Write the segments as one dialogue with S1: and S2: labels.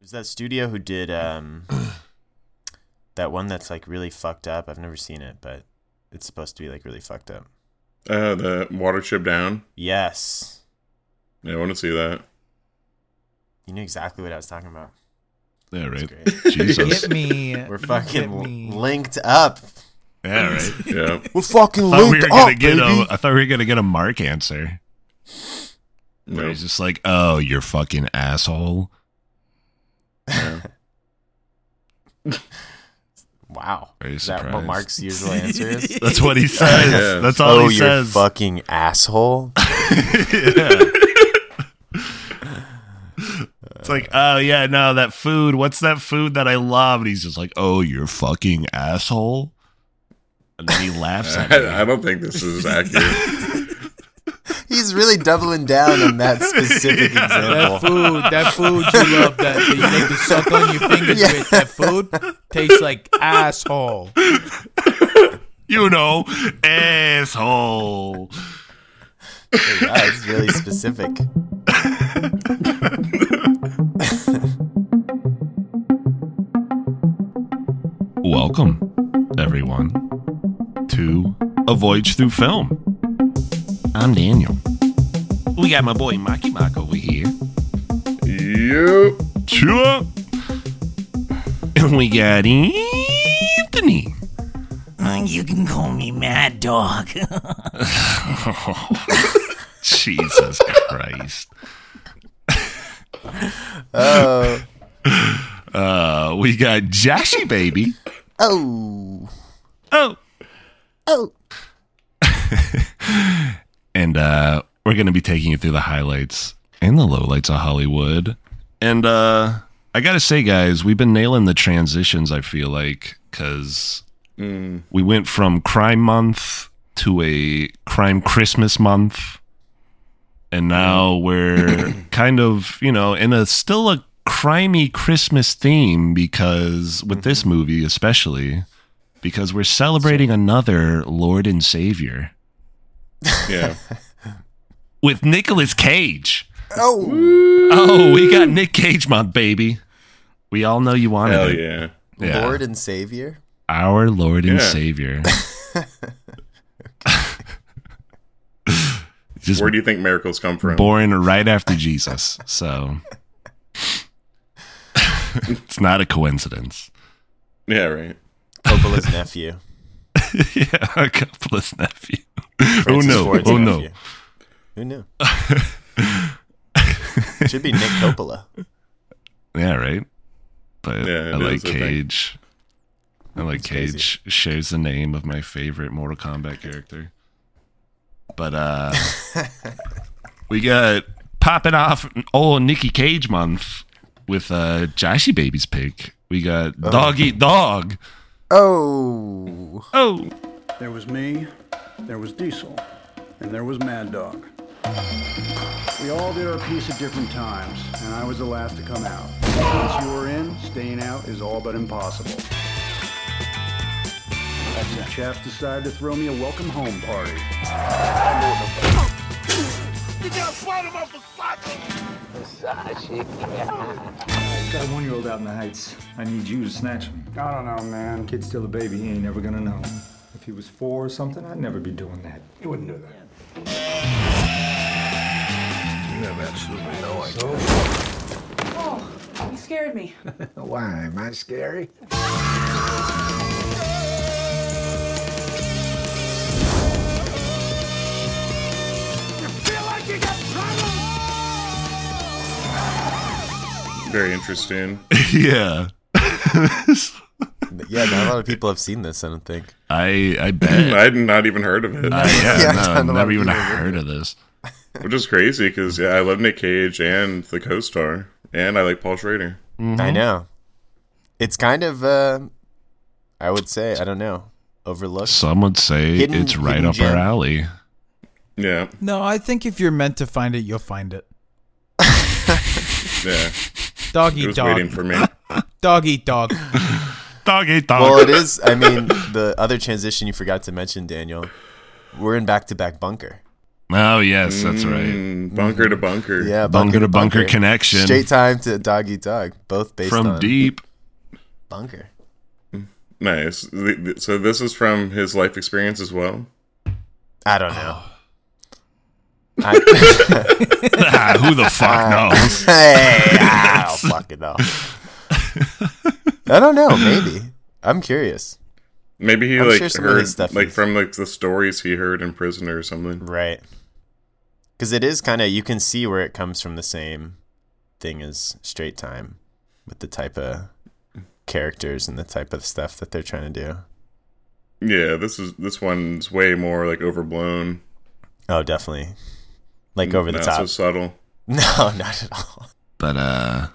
S1: There's that studio who did um that one that's like really fucked up. I've never seen it, but it's supposed to be like really fucked up.
S2: Uh, the Watership Down.
S1: Yes.
S2: Yeah, I want to see that.
S1: You knew exactly what I was talking about.
S3: Yeah,
S1: It's
S3: right.
S1: great.
S3: Jesus.
S4: Get me.
S1: We're
S4: get
S1: fucking
S4: me.
S1: linked up.
S3: Yeah, right.
S2: Yeah.
S1: We're fucking
S3: Thought we
S1: linked
S3: were gonna
S1: up,
S3: get
S1: baby.
S3: a, I thought we were gonna get a Mark answer. Where
S2: no.
S3: he's just like, "Oh, you're fucking asshole."
S1: Wow.
S3: Are you
S1: Is that what
S3: surprised?
S1: Mark's usual answer is?
S3: That's what he says.
S2: Yeah.
S3: That's all
S1: oh,
S3: he
S1: you're
S3: says.
S1: fucking asshole.
S3: Yeah. It's like, oh yeah, no, that food. What's that food that I love? And he's just like, oh, you're fucking asshole. And then he laughs at me.
S2: I, I don't think this is accurate.
S1: He's really doubling down on that specific
S3: Yeah.
S1: example.
S4: That food, that food you love, that, that you like to suck on your fingers
S1: Yeah.
S4: with, that food tastes like asshole.
S3: You know, asshole.
S1: Wow, it's really specific.
S3: Welcome, everyone, to A Voyage Through Film. I'm Daniel. We got my boy Maki Mock over here.
S2: yep.
S3: Chew up. And we got Anthony.
S5: Uh, You can call me Mad Dog.
S3: Jesus Christ.
S1: Oh.
S3: Uh, we got Joshy Baby.
S1: Oh.
S3: Oh.
S1: Oh.
S3: And uh, we're going to be taking you through the highlights and the lowlights of Hollywood. And uh, I got to say, guys, we've been nailing the transitions, I feel like, because
S2: Mm.
S3: we went from crime month to a crime Christmas month. And now we're kind of, you know, in a still a crimey Christmas theme because with this movie, especially because we're celebrating another Lord and Savior
S2: Yeah.
S3: with Nicolas Cage.
S1: Oh.
S3: Oh, we got Nick Cage month, baby. We all know you wanted
S2: Hell
S3: it.
S2: yeah.
S3: Yeah.
S1: Lord and Savior.
S3: Our Lord and
S2: Yeah.
S3: Savior. Just
S2: Where do you think miracles come from?
S3: born right after Jesus. So it's not a coincidence.
S2: Yeah, right.
S1: Coppola's nephew.
S3: yeah, a couple's nephew. oh
S1: Francis
S3: no.
S1: Ford's
S3: Oh
S1: nephew.
S3: no.
S1: Who knew? Should be Nick Coppola.
S3: Yeah, right. But
S2: Yeah, it
S3: I like
S2: is a thing.
S3: Cage. I like
S1: It's
S3: Cage
S1: crazy.
S3: shares the name of my favorite Mortal Kombat character. But uh we got popping off old Nicky Cage month with uh Joshy Baby's pick. We got Dog Eat Dog.
S1: Oh.
S3: Oh,
S6: There was me, there was Diesel, and there was Mad Dog. We all did our piece at different times, and I was the last to come out. Once you are in, staying out is all but impossible. Some chaps decided to throw me a welcome home party.
S7: Got a one-year-old out in the heights. I need you to snatch him. I don't know, man. Kid's still a baby. He ain't never gonna know. If he was four or something, I'd never be doing that.
S6: You wouldn't do that.
S8: Oh, you scared me.
S7: Why? Am I scary?
S2: Very interesting.
S3: yeah.
S1: Yeah, not a lot of people have seen this, I don't think.
S3: I I bet.
S2: I'd not even heard of it,
S3: I, yeah,
S1: Yeah, I
S3: no,
S1: don't know
S3: never
S1: if
S3: even
S1: you know.
S3: heard of this.
S2: which is crazy because yeah, I love Nick Cage and the co-star, and I like Paul Schrader.
S1: I
S3: Mm-hmm.
S1: know. It's kind of, uh, I would say, I don't know, overlooked.
S3: Some would say
S1: Hidden-
S3: it's right
S1: hidden
S3: up
S1: gem.
S3: our alley.
S2: Yeah,
S4: No, I think if you're meant to find it, you'll find it.
S2: yeah.
S4: Dog
S2: It
S4: eat
S2: was
S4: dog.
S2: waiting for me.
S4: Dog eat dog.
S3: Dog ate dog.
S1: Well, it is. I mean, the other transition you forgot to mention, Daniel. We're in back to back bunker.
S3: Oh yes, that's right.
S2: Mm, bunker to bunker.
S1: Mm-hmm. Yeah,
S3: Bunker to bunker connection.
S1: Straight time to dog eat dog, both based
S3: From
S1: on
S3: deep.
S1: bunker.
S2: Nice. Th- th- So this is from his life experience as well.
S1: I don't know. I,
S3: Ah, who the fuck knows?
S1: hey, I don't fucking know. I don't know. Maybe I'm curious.
S2: Maybe he
S1: I'm
S2: like
S1: sure some of his
S2: heard
S1: stuff
S2: like
S1: is-
S2: from like the stories he heard in prison or something.
S1: Right. Because it is kind of, you can see where it comes from the same thing as straight time with the type of characters and the type of stuff that they're trying to do.
S2: Yeah, this is this one's way more like overblown,
S1: Oh, definitely. Like over the
S2: not so
S1: top.
S2: subtle.
S1: No, not at all.
S3: But uh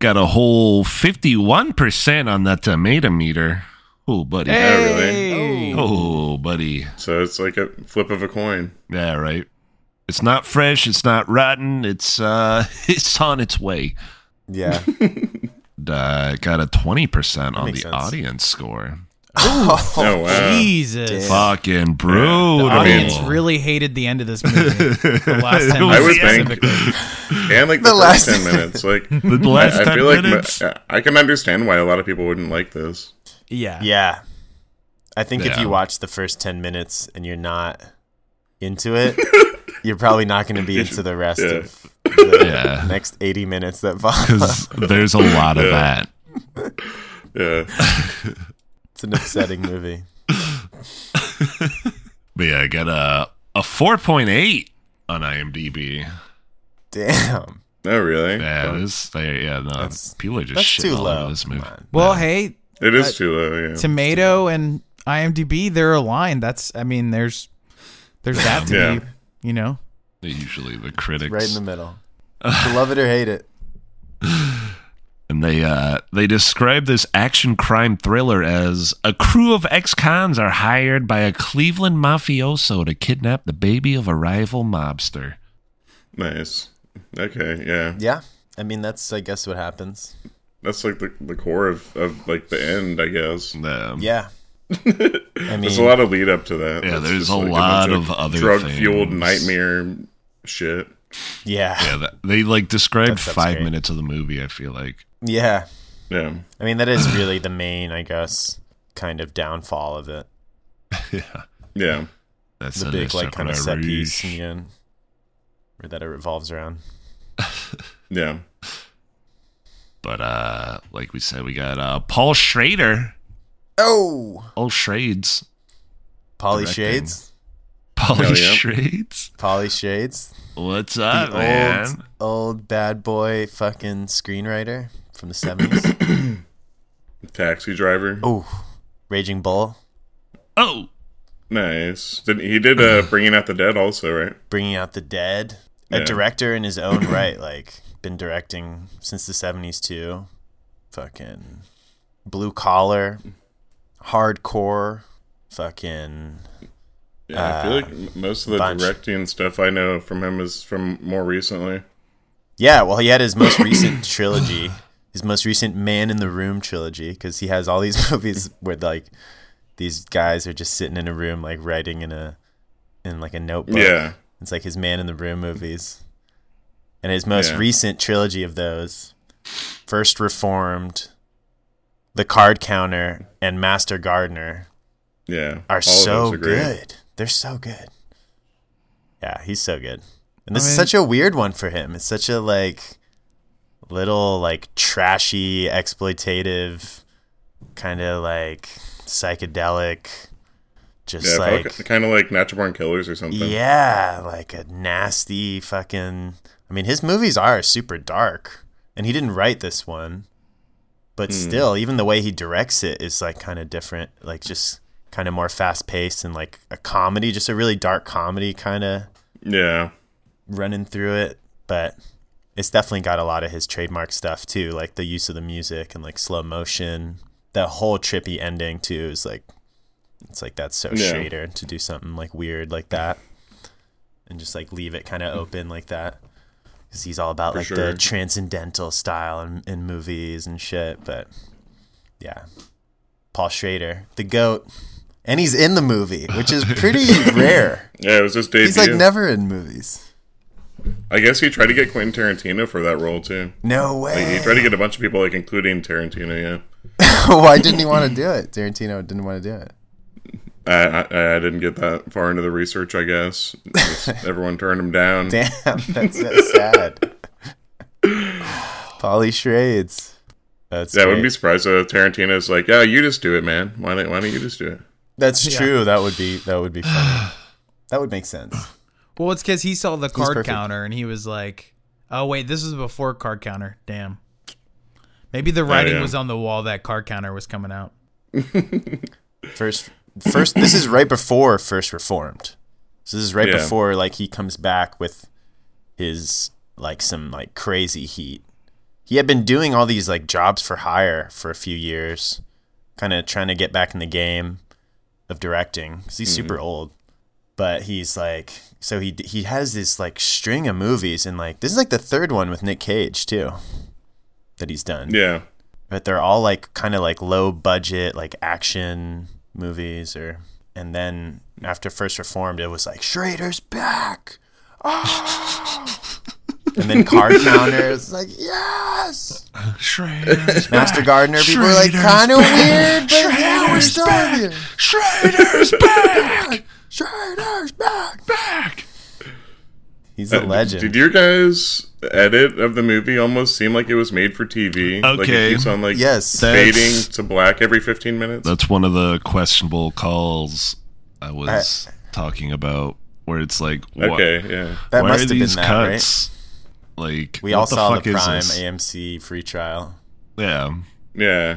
S3: got a whole fifty one percent on that tomato meter. Oh buddy.
S2: Yeah, really.
S4: Hey.
S3: Oh buddy.
S2: So it's like a flip of a coin.
S3: Yeah, right. It's not fresh, it's not rotten, it's uh it's on its way.
S1: Yeah.
S3: And, Uh, got a twenty percent on the
S1: makes sense.
S3: audience score.
S2: Oh, wow.
S4: Jesus.
S3: Fucking brutal.
S4: The audience
S2: mean-
S4: really hated the end of this movie. The last 10
S3: I
S2: I would
S4: minutes
S2: think,
S4: specifically.
S2: and like the,
S1: last-
S2: last ten minutes, like
S3: The last
S2: I, I
S3: ten
S2: feel like
S3: minutes.
S2: like I can understand why a lot of people wouldn't like this.
S4: Yeah.
S1: Yeah. I think if
S3: Yeah.
S1: you watch the first 10 minutes and you're not into it, you're probably not going to be into the rest
S2: Yeah.
S1: of the
S3: Yeah.
S1: next 80 minutes that follow.
S3: because there's a lot of that.
S2: Yeah,
S1: It's an upsetting movie.
S3: But yeah, I got a a four point eight on IMDb.
S1: Damn.
S2: no, really.
S3: Yeah, this they, yeah no,
S1: That's-
S3: people are just
S1: That's
S3: shitting
S1: too
S3: all
S1: low.
S3: over this
S1: Come
S3: movie.
S1: on.
S4: Well, hey,
S2: It is too low. Yeah.
S4: Tomato and IMDb, they're aligned. That's, I mean, there's, there's that to
S2: Yeah.
S4: be, you know.
S3: They're Usually the critics,
S1: Right in the middle. You love it or hate it.
S3: and they uh they describe this action crime thriller as a crew of ex cons are hired by a Cleveland mafioso to kidnap the baby of a rival mobster.
S2: Nice. Okay. Yeah.
S1: Yeah. I mean, that's, I guess, what happens.
S2: That's like the, the core of, of like the end, I guess.
S3: Um,
S1: Yeah. I mean,
S2: There's a lot of lead up to that.
S3: Yeah,
S2: It's
S3: there's
S2: just,
S3: a
S2: like,
S3: lot
S2: bunch
S3: of other
S2: drug fueled
S3: things.
S2: nightmare shit.
S1: yeah.
S3: yeah, that, they like described
S1: That stuff's
S3: five
S1: great.
S3: minutes of the movie. I feel like
S1: Yeah.
S2: Yeah.
S1: I mean, that is really the main, I guess, kind of downfall of it.
S2: Yeah.
S3: that's
S1: the
S3: an
S1: big like kind of set piece in
S3: separate-
S1: the end, or that it revolves around.
S2: Yeah.
S3: But uh, like we said, we got uh Paul Schrader,
S1: Oh,
S3: Paul Shrades,
S1: Polly
S3: Directing.
S1: Shades,
S3: Paul
S2: Hell yeah.
S3: Shrades.
S1: Polly Shades,
S3: What's
S1: the
S3: up, man?
S1: old old bad boy fucking screenwriter from the seventies.
S2: Taxi driver.
S1: oh, Raging Bull,
S3: Oh,
S2: Nice. Did he did uh, Bringing Out the Dead also, right?
S1: bringing out the dead. A
S2: Yeah.
S1: director in his own right, like been directing since the seventies too. Fucking blue collar, hardcore, fucking
S2: Yeah. I feel like m- most of the
S1: Uh, bunch.
S2: directing stuff I know from him is from more recently.
S1: Yeah, well, he had his most recent trilogy, his most recent Man in the Room trilogy, because he has all these movies where like these guys are just sitting in a room, like writing in a in like a notebook.
S2: Yeah.
S1: it's like his Man in the Room movies, and his most
S2: Yeah.
S1: recent trilogy of those, First Reformed, The Card Counter, and Master Gardener
S2: Yeah.
S1: are
S2: all of
S1: so
S2: those are great.
S1: good. They're so good. Yeah, he's so good. And this
S4: I
S1: is
S4: mean-
S1: such a weird one for him. It's such a like little like trashy, exploitative, kind of like psychedelic, just
S2: Yeah,
S1: like
S2: kind of like Natural Born Killers or something.
S1: yeah, like a nasty fucking. I mean, his movies are super dark, and he didn't write this one, but still, even the way he directs it is like kind of different, like just kind of more fast paced and like a comedy, just a really dark comedy kind of
S2: Yeah.
S1: running through it. But it's definitely got a lot of his trademark stuff too, like the use of the music and like slow motion. That whole trippy ending too is like, it's like that's so
S2: Yeah.
S1: Schrader to do something like weird like that, and just like leave it kind of open like that, because he's all about like
S2: sure.
S1: the transcendental style in, in movies and shit. But yeah, Paul Schrader, the goat, and he's in the movie, which is pretty rare.
S2: Yeah, it was his debut.
S1: He's like never in movies.
S2: I guess he tried to get Quentin Tarantino for that role too.
S1: No
S2: Like, he
S1: way.
S2: tried to get a bunch of people, like including Tarantino. Yeah,
S1: Why didn't he want to do it? Tarantino didn't want to do it.
S2: I, I, I didn't get that far into the research. I guess Just everyone turned him down.
S1: Damn, that's so sad. Polly Shrades. That's
S2: Yeah, I wouldn't be
S1: great.
S2: surprised if Tarantino's like, "Yeah, you just do it, man. Why don't Why don't you just do it?"
S1: That's true. That would be that would be funny. That would make sense.
S4: Well, it's because he saw the card
S1: perfect.
S4: counter and he was like, "Oh wait, this was before card counter. Damn. Maybe the writing
S2: yeah.
S4: was on the wall that card counter was coming out."
S1: First first this is right before First Reformed. So this is right
S2: Yeah.
S1: before like he comes back with his like some like crazy heat. He had been doing all these like jobs for hire for a few years, kind of trying to get back in the game of directing cuz he's super old. But he's like so he he has this like string of movies and like this is like the third one with Nick Cage too that he's done
S2: Yeah,
S1: but they're all like kind of like low budget like action movies or and then after first reformed it was like schrader's back Ah! and then card counter it's like yes
S3: Schrader's
S1: master gardener people were like
S3: Schrader's
S1: kind of weird but yeah we're
S3: Schrader's
S1: still
S3: back.
S1: here
S3: Schrader's back.
S1: schrader's back
S3: Back.
S1: he's a
S2: Uh,
S1: legend
S2: Did your guys edit of the movie almost seem like it was made for TV? like
S3: Okay.
S2: it keeps on like
S1: Yes.
S2: fading
S3: That's-
S2: to black every fifteen minutes.
S3: That's one of the questionable calls I was talking about, where it's like, wha-
S2: okay, yeah.
S1: that
S3: why
S1: must
S3: are
S1: have
S3: these
S1: been that right
S3: cuts? Like,
S1: we
S3: what
S1: all saw
S3: fuck
S1: the
S3: is
S1: prime
S3: this?
S1: amc free trial
S3: Yeah,
S2: Yeah.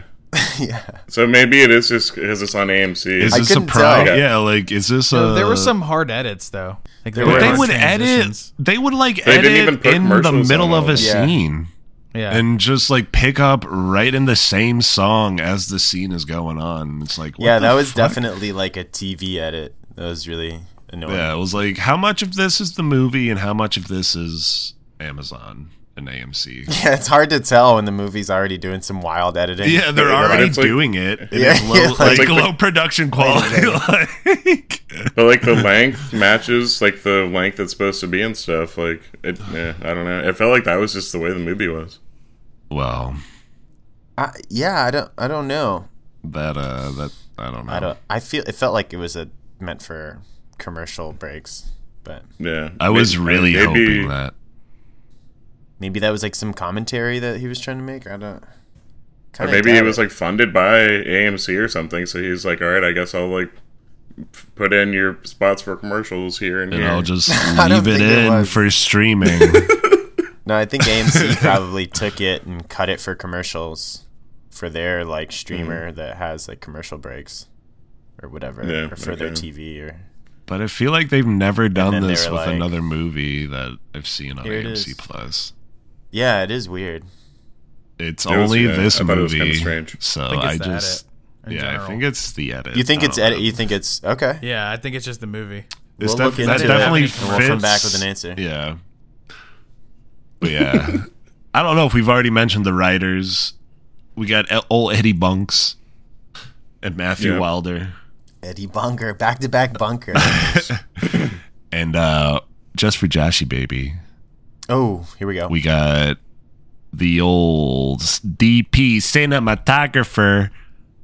S1: yeah
S2: So maybe it is just because it's on AMC.
S3: is
S1: I
S3: this a
S1: couldn't
S3: prime?
S2: tell.
S3: Yeah, like, is this a?
S4: So there were some hard edits though. Like there
S1: Uh, But
S4: were
S3: But they
S4: hard
S3: would
S4: transitions.
S3: edit. They would like
S2: They
S3: edit
S2: didn't even put
S3: in the
S2: commercials
S3: middle
S2: on
S3: of a
S2: all.
S1: Yeah.
S3: scene
S4: Yeah.
S3: and just like pick up right in the same song as the scene is going on. It's like, what
S1: yeah
S3: the
S1: that was
S3: fuck?
S1: definitely like a tv edit that was really annoying
S3: Yeah, it was like, how much of this is the movie and how much of this is Amazon and AMC?
S1: Yeah, it's hard to tell when the movie's already doing some wild editing.
S3: Yeah, they're
S2: Yeah,
S3: already
S2: it's like-
S3: doing it. and
S1: Yeah,
S3: it's low,
S1: yeah,
S3: like,
S1: it's
S2: like the-
S3: low production quality. Like,
S2: but like the length matches like the length it's supposed to be and stuff. Like it, yeah, I don't know. It felt like that was just the way the movie was.
S3: well,
S1: I, yeah. I don't. I don't know.
S3: that uh, that I don't know.
S2: Oh.
S1: I don't. I feel it felt like it was a meant for commercial breaks, but
S2: Yeah,
S3: I was
S2: Maybe-
S3: really
S2: maybe-
S3: hoping that.
S1: maybe that was like some commentary that he was trying to make. I don't.
S2: Or
S1: kinda
S2: maybe
S1: doubt
S2: it was like funded by AMC or something. So he's like, all right, I guess I'll like f- put in your spots for commercials here and
S3: And
S2: here.
S3: I'll just
S1: don't
S3: leave it
S1: think it
S3: in
S1: was.
S3: for streaming.
S1: No, I think AMC probably took it and cut it for commercials for their like streamer that has like commercial breaks or whatever,
S2: Mm-hmm. Yeah,
S1: or for their
S2: okay.
S1: TV or
S3: but I feel like they've never done
S1: then they
S3: this
S1: were
S3: with
S1: like-
S3: another movie that I've seen on
S1: Here it
S3: AMC
S1: is.
S3: Plus.
S1: yeah, it is weird.
S3: It's
S2: was-
S3: only
S2: yeah,
S3: this
S2: I thought it was
S3: movie.
S2: kinda strange.
S3: So
S4: think it's
S3: I
S4: the
S3: just
S4: edit in
S3: yeah, I
S4: general.
S3: think it's the edit. Um,
S1: You think
S3: I
S1: it's
S3: don't know.
S1: edit? You think it's okay?
S4: yeah, I think it's just the movie.
S3: It's
S1: We'll look
S3: def- that
S1: into it.
S3: definitely fits.
S1: And we'll come back with an answer.
S3: Yeah. But yeah, I don't know if we've already mentioned the writers. We got E- old Eddie Bunks and Matthew
S2: Yeah.
S3: Wilder,
S1: Eddie Bunker, back to back Bunker.
S3: and uh, just for Joshy Baby,
S1: oh, here we go.
S3: we got the old DP cinematographer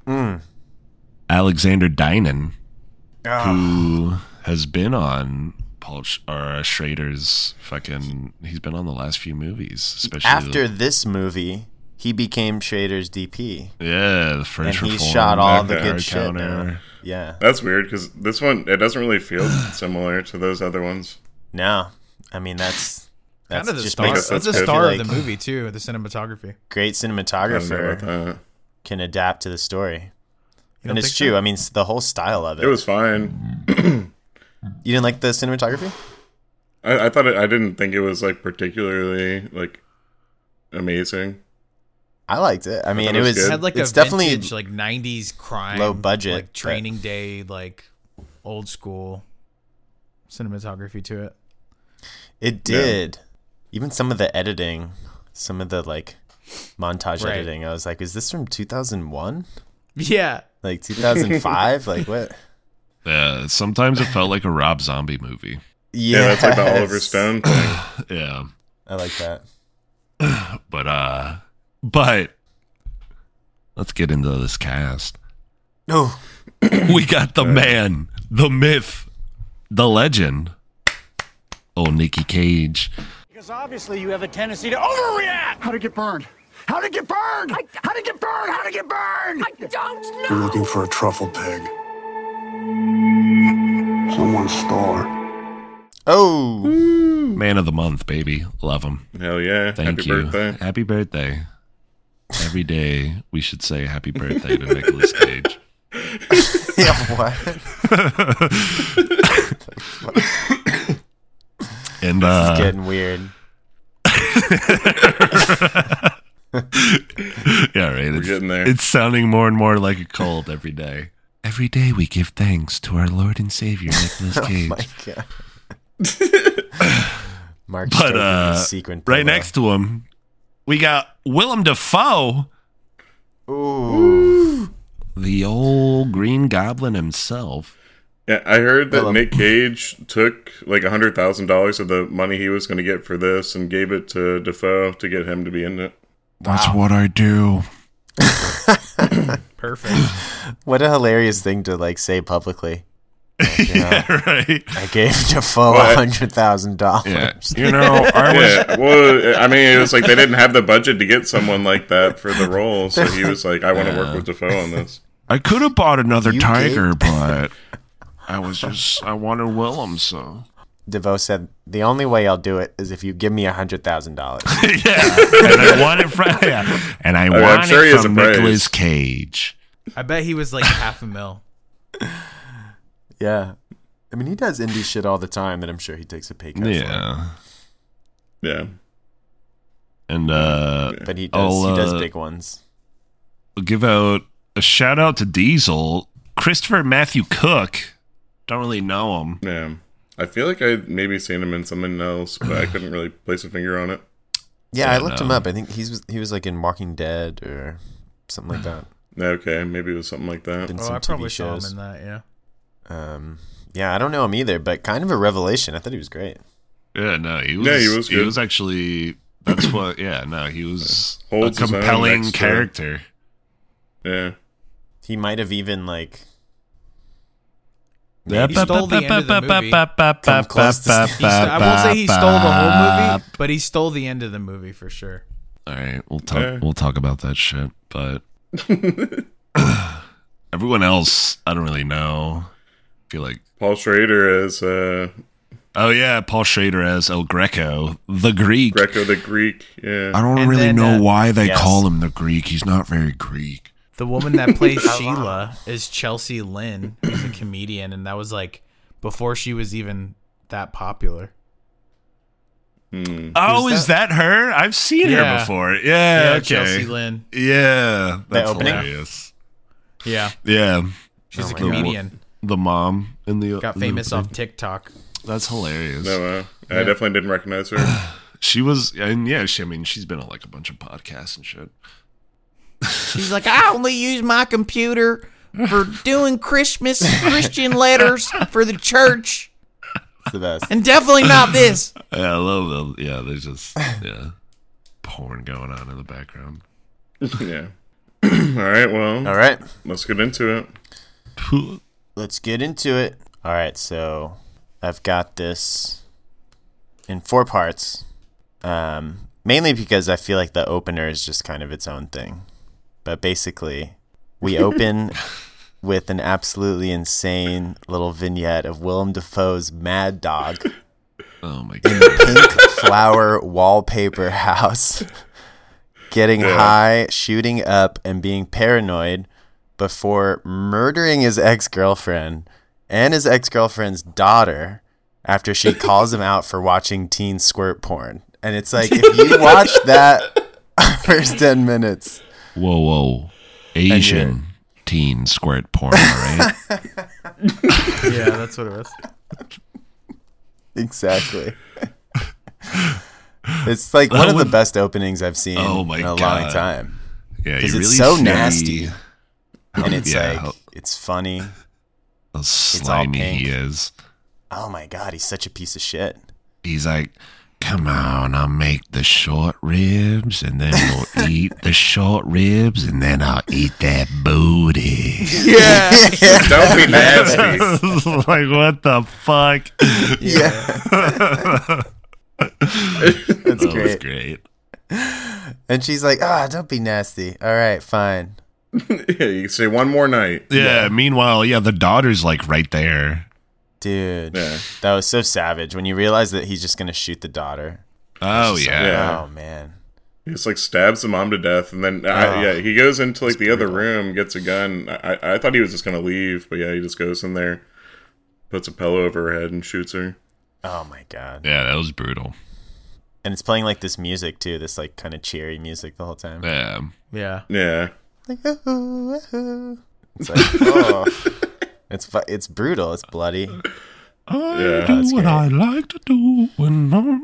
S1: Mm.
S3: Alexander Dinan,
S1: Ah.
S3: who has been on Paul Sch- or uh, Schrader's fucking. He's been on the last few movies, especially
S1: After this movie, he became Schrader's DP.
S3: Yeah, the first
S1: And he
S3: reform,
S1: shot all the
S2: okay.
S1: good
S3: Hard
S1: shit. now. Yeah.
S2: That's weird because this one it doesn't really feel similar to those other ones.
S1: No. I mean that's that's
S4: Kind of the
S1: just
S4: star.
S1: makes
S4: That's,
S2: that's
S4: the
S2: good.
S4: star
S1: Like-
S4: of the movie too. The cinematography.
S1: great
S2: I don't know about
S1: cinematographer
S2: that.
S1: can adapt to the story.
S4: You
S1: And
S4: don't
S1: it's
S4: think so?
S1: true. I mean, it's the whole style of it.
S2: It was fine.
S1: you didn't like the cinematography?
S2: I, I thought it, I didn't think it was like particularly like amazing.
S1: I liked it. I mean,
S2: thought
S1: it
S2: it was
S1: was.
S2: good.
S4: It had like
S1: it's
S4: a
S1: definitely
S4: vintage, like '90s crime,
S1: low budget,
S4: like Training Day, like old school cinematography to it.
S1: It did. Even some of the editing, some of the like montage
S4: Right.
S1: editing, I was like, is this from 2001?
S4: Yeah,
S1: Like 2005? like what?
S3: Yeah, sometimes it felt like a Rob Zombie movie.
S2: Yeah, that's like the
S1: Yes.
S2: Oliver Stone thing.
S3: Yeah.
S1: I like that.
S3: But uh but let's get into this cast.
S1: No,
S3: We got the man, the myth, the legend. Oh, Nikki Cage.
S8: Because obviously you have a tendency to overreact.
S6: How to get burned? How to get burned? How to get burned? How to get burned?
S9: You're looking for a truffle pig.
S6: Someone stole her.
S1: Oh,
S3: Man of the month, baby. Love him.
S2: Hell yeah!
S3: Thank
S2: Happy
S3: you.
S2: birthday.
S3: Happy birthday. Every day we should say happy birthday to Nicolas Cage.
S1: yeah. What?
S3: And uh
S1: Getting weird.
S3: Yeah, right. We're
S2: getting there.
S3: It's sounding more and more like a cult every day. Every day we give thanks to our Lord and Savior Nicholas
S2: Oh
S3: Cage.
S1: My God. Mark
S3: but uh,
S1: secret
S3: right next to him, we got Willem Dafoe,
S1: Ooh.
S3: the old Green Goblin himself.
S2: Yeah, I heard that
S1: Hello.
S2: Nick Cage took like hundred thousand dollars of the money he was going to get for this and gave it to Defoe to get him to be in it.
S3: That's what I do.
S4: Perfect.
S1: What a hilarious thing to like say publicly.
S3: right.
S1: I gave Defoe
S2: What?
S1: hundred thousand
S3: Yeah.
S1: dollars.
S3: You know, I was
S2: Yeah, well, I mean, it was like they didn't have the budget to get someone like that for the role, so he was like, "I want to work with Defoe on this."
S3: I could have bought another
S1: You
S3: tiger, but I was just I wanted Willem, so
S1: Devoe said, "The only way I'll do it is if you give me hundred thousand dollars."
S3: yeah. And I wanted from yeah. and I
S2: I'm
S3: want
S2: sure he
S3: it
S2: has
S3: from
S2: a praise.
S3: Nicolas Cage.
S4: I bet he was like half a mil.
S1: yeah, I mean he does indie shit all the time, and I'm sure he takes a pay cut. for it.
S3: Yeah,
S2: Yeah,
S3: and uh,
S1: but he does.
S3: I'll,
S1: he does
S3: uh,
S1: big ones.
S3: give out a shout out to Diesel, Christopher Matthew Cook. Don't really know him.
S2: yeah. I feel like I maybe seen him in something else, but I couldn't really place a finger on it.
S1: Yeah, I looked him up. I think he's he was like in Walking Dead or something like that.
S2: Okay, maybe it was something like that.
S1: Been
S4: Oh,
S1: some
S4: I probably
S1: TV
S4: saw him
S1: shows.
S4: in that. Yeah.
S1: Um, yeah, I don't know him either, but kind of a revelation. I thought he was great.
S3: Yeah, no, he was.
S2: Yeah, he was good.
S3: actually. That's what. Yeah, no, he was a
S2: Holds his own
S3: compelling
S2: next to-
S3: character.
S2: Yeah,
S1: He might have even like
S4: He stole the end of the movie.
S1: Come close to-
S3: Ba-
S1: He
S4: He st-
S3: ba-
S4: I won't say he stole the whole
S3: ba-
S4: movie, but he stole the end of the movie for sure.
S3: All right, we'll talk.
S2: Yeah.
S3: We'll talk about that shit. But everyone else, I don't really know. I feel like
S2: Paul Schrader as uh,
S3: oh yeah, Paul Schrader as El Greco, the Greek.
S2: Greco the Greek. Yeah,
S3: I don't
S4: And
S3: really
S4: then,
S3: know
S4: uh,
S3: why they
S1: yes.
S3: call him the Greek. He's not very Greek.
S4: The woman that plays Sheila is Chelsea Lynn, who's a comedian, and that was like before she was even that popular.
S3: Oh, is that, her? I've seen
S4: Yeah.
S3: her before. Yeah, okay.
S4: Chelsea Lynn.
S3: Yeah, that's
S1: opening?
S3: hilarious.
S4: Yeah,
S3: Yeah,
S4: she's a
S1: my God.
S4: comedian.
S3: the mom in the
S4: Got famous off TikTok.
S3: That's hilarious.
S2: no, uh, I definitely didn't recognize her.
S3: She was, and yeah, she. I mean, she's been on like a bunch of podcasts and shit.
S5: She's like, I only use my computer for doing Christmas Christian letters for the church,
S1: it's the best.
S5: and definitely not this.
S3: Yeah, I love them. Yeah, there's just yeah, porn going on in the background.
S2: yeah. All right. Well,
S1: All right,
S2: let's get into it.
S1: let's get into it. All right, so I've got this in four parts, um, mainly because I feel like the opener is just kind of its own thing. But basically, we open with an absolutely insane little vignette of Willem Dafoe's Mad Dog.
S3: Oh my god!
S1: pink flower wallpaper house, getting high, shooting up, and being paranoid before murdering his ex girlfriend and his ex girlfriend's daughter after she calls him out for watching teen squirt porn. And it's like, if you watch that first 10 minutes,
S3: Whoa, whoa! Asian teen squirt porn, all right?
S4: Yeah, that's what it was.
S1: exactly. It's like one of the
S3: would-
S1: best openings I've seen
S3: Oh my
S1: in a long
S3: God.
S1: time.
S3: yeah, you
S1: Because
S3: really
S1: it's so
S3: see-
S1: nasty. and it's
S3: yeah,
S1: like
S3: how-
S1: it's funny
S3: How slimy he
S1: pink.
S3: is.
S1: Oh my god, he's such a piece of shit.
S3: He's like, come on, I'll make the short ribs and then we'll eat the short ribs and then I'll eat that booty.
S2: Don't be nasty.
S3: like, what the fuck?
S1: Yeah, that's
S3: That was
S1: great.
S3: great.
S1: And she's like, "Ah, don't be nasty. All right, fine."
S2: yeah, you can say one more night.
S3: Yeah, meanwhile, yeah, the daughter's like right there.
S1: Dude,
S2: Yeah.
S1: that was so savage. When you realize that he's just gonna shoot the daughter.
S3: Oh, yeah.
S2: Yeah.
S1: Oh man.
S2: He just like stabs the mom to death, and then
S1: Ah.
S2: I, yeah, he goes into like the other room, gets a gun. I, I I thought he was just gonna leave, but yeah, he just goes in there, puts a pillow over her head, and shoots her.
S1: Oh my god.
S3: Yeah, that was brutal.
S1: And it's playing like this music too, this like kind of cheery music the whole time.
S3: Yeah.
S4: Yeah.
S2: Yeah,
S1: Like, "Ooh, ooh." It's like, oh. It's fu- it's brutal. It's bloody.
S3: I
S2: Yeah.
S3: do
S1: That's
S3: what
S1: great.
S3: I like to do when I'm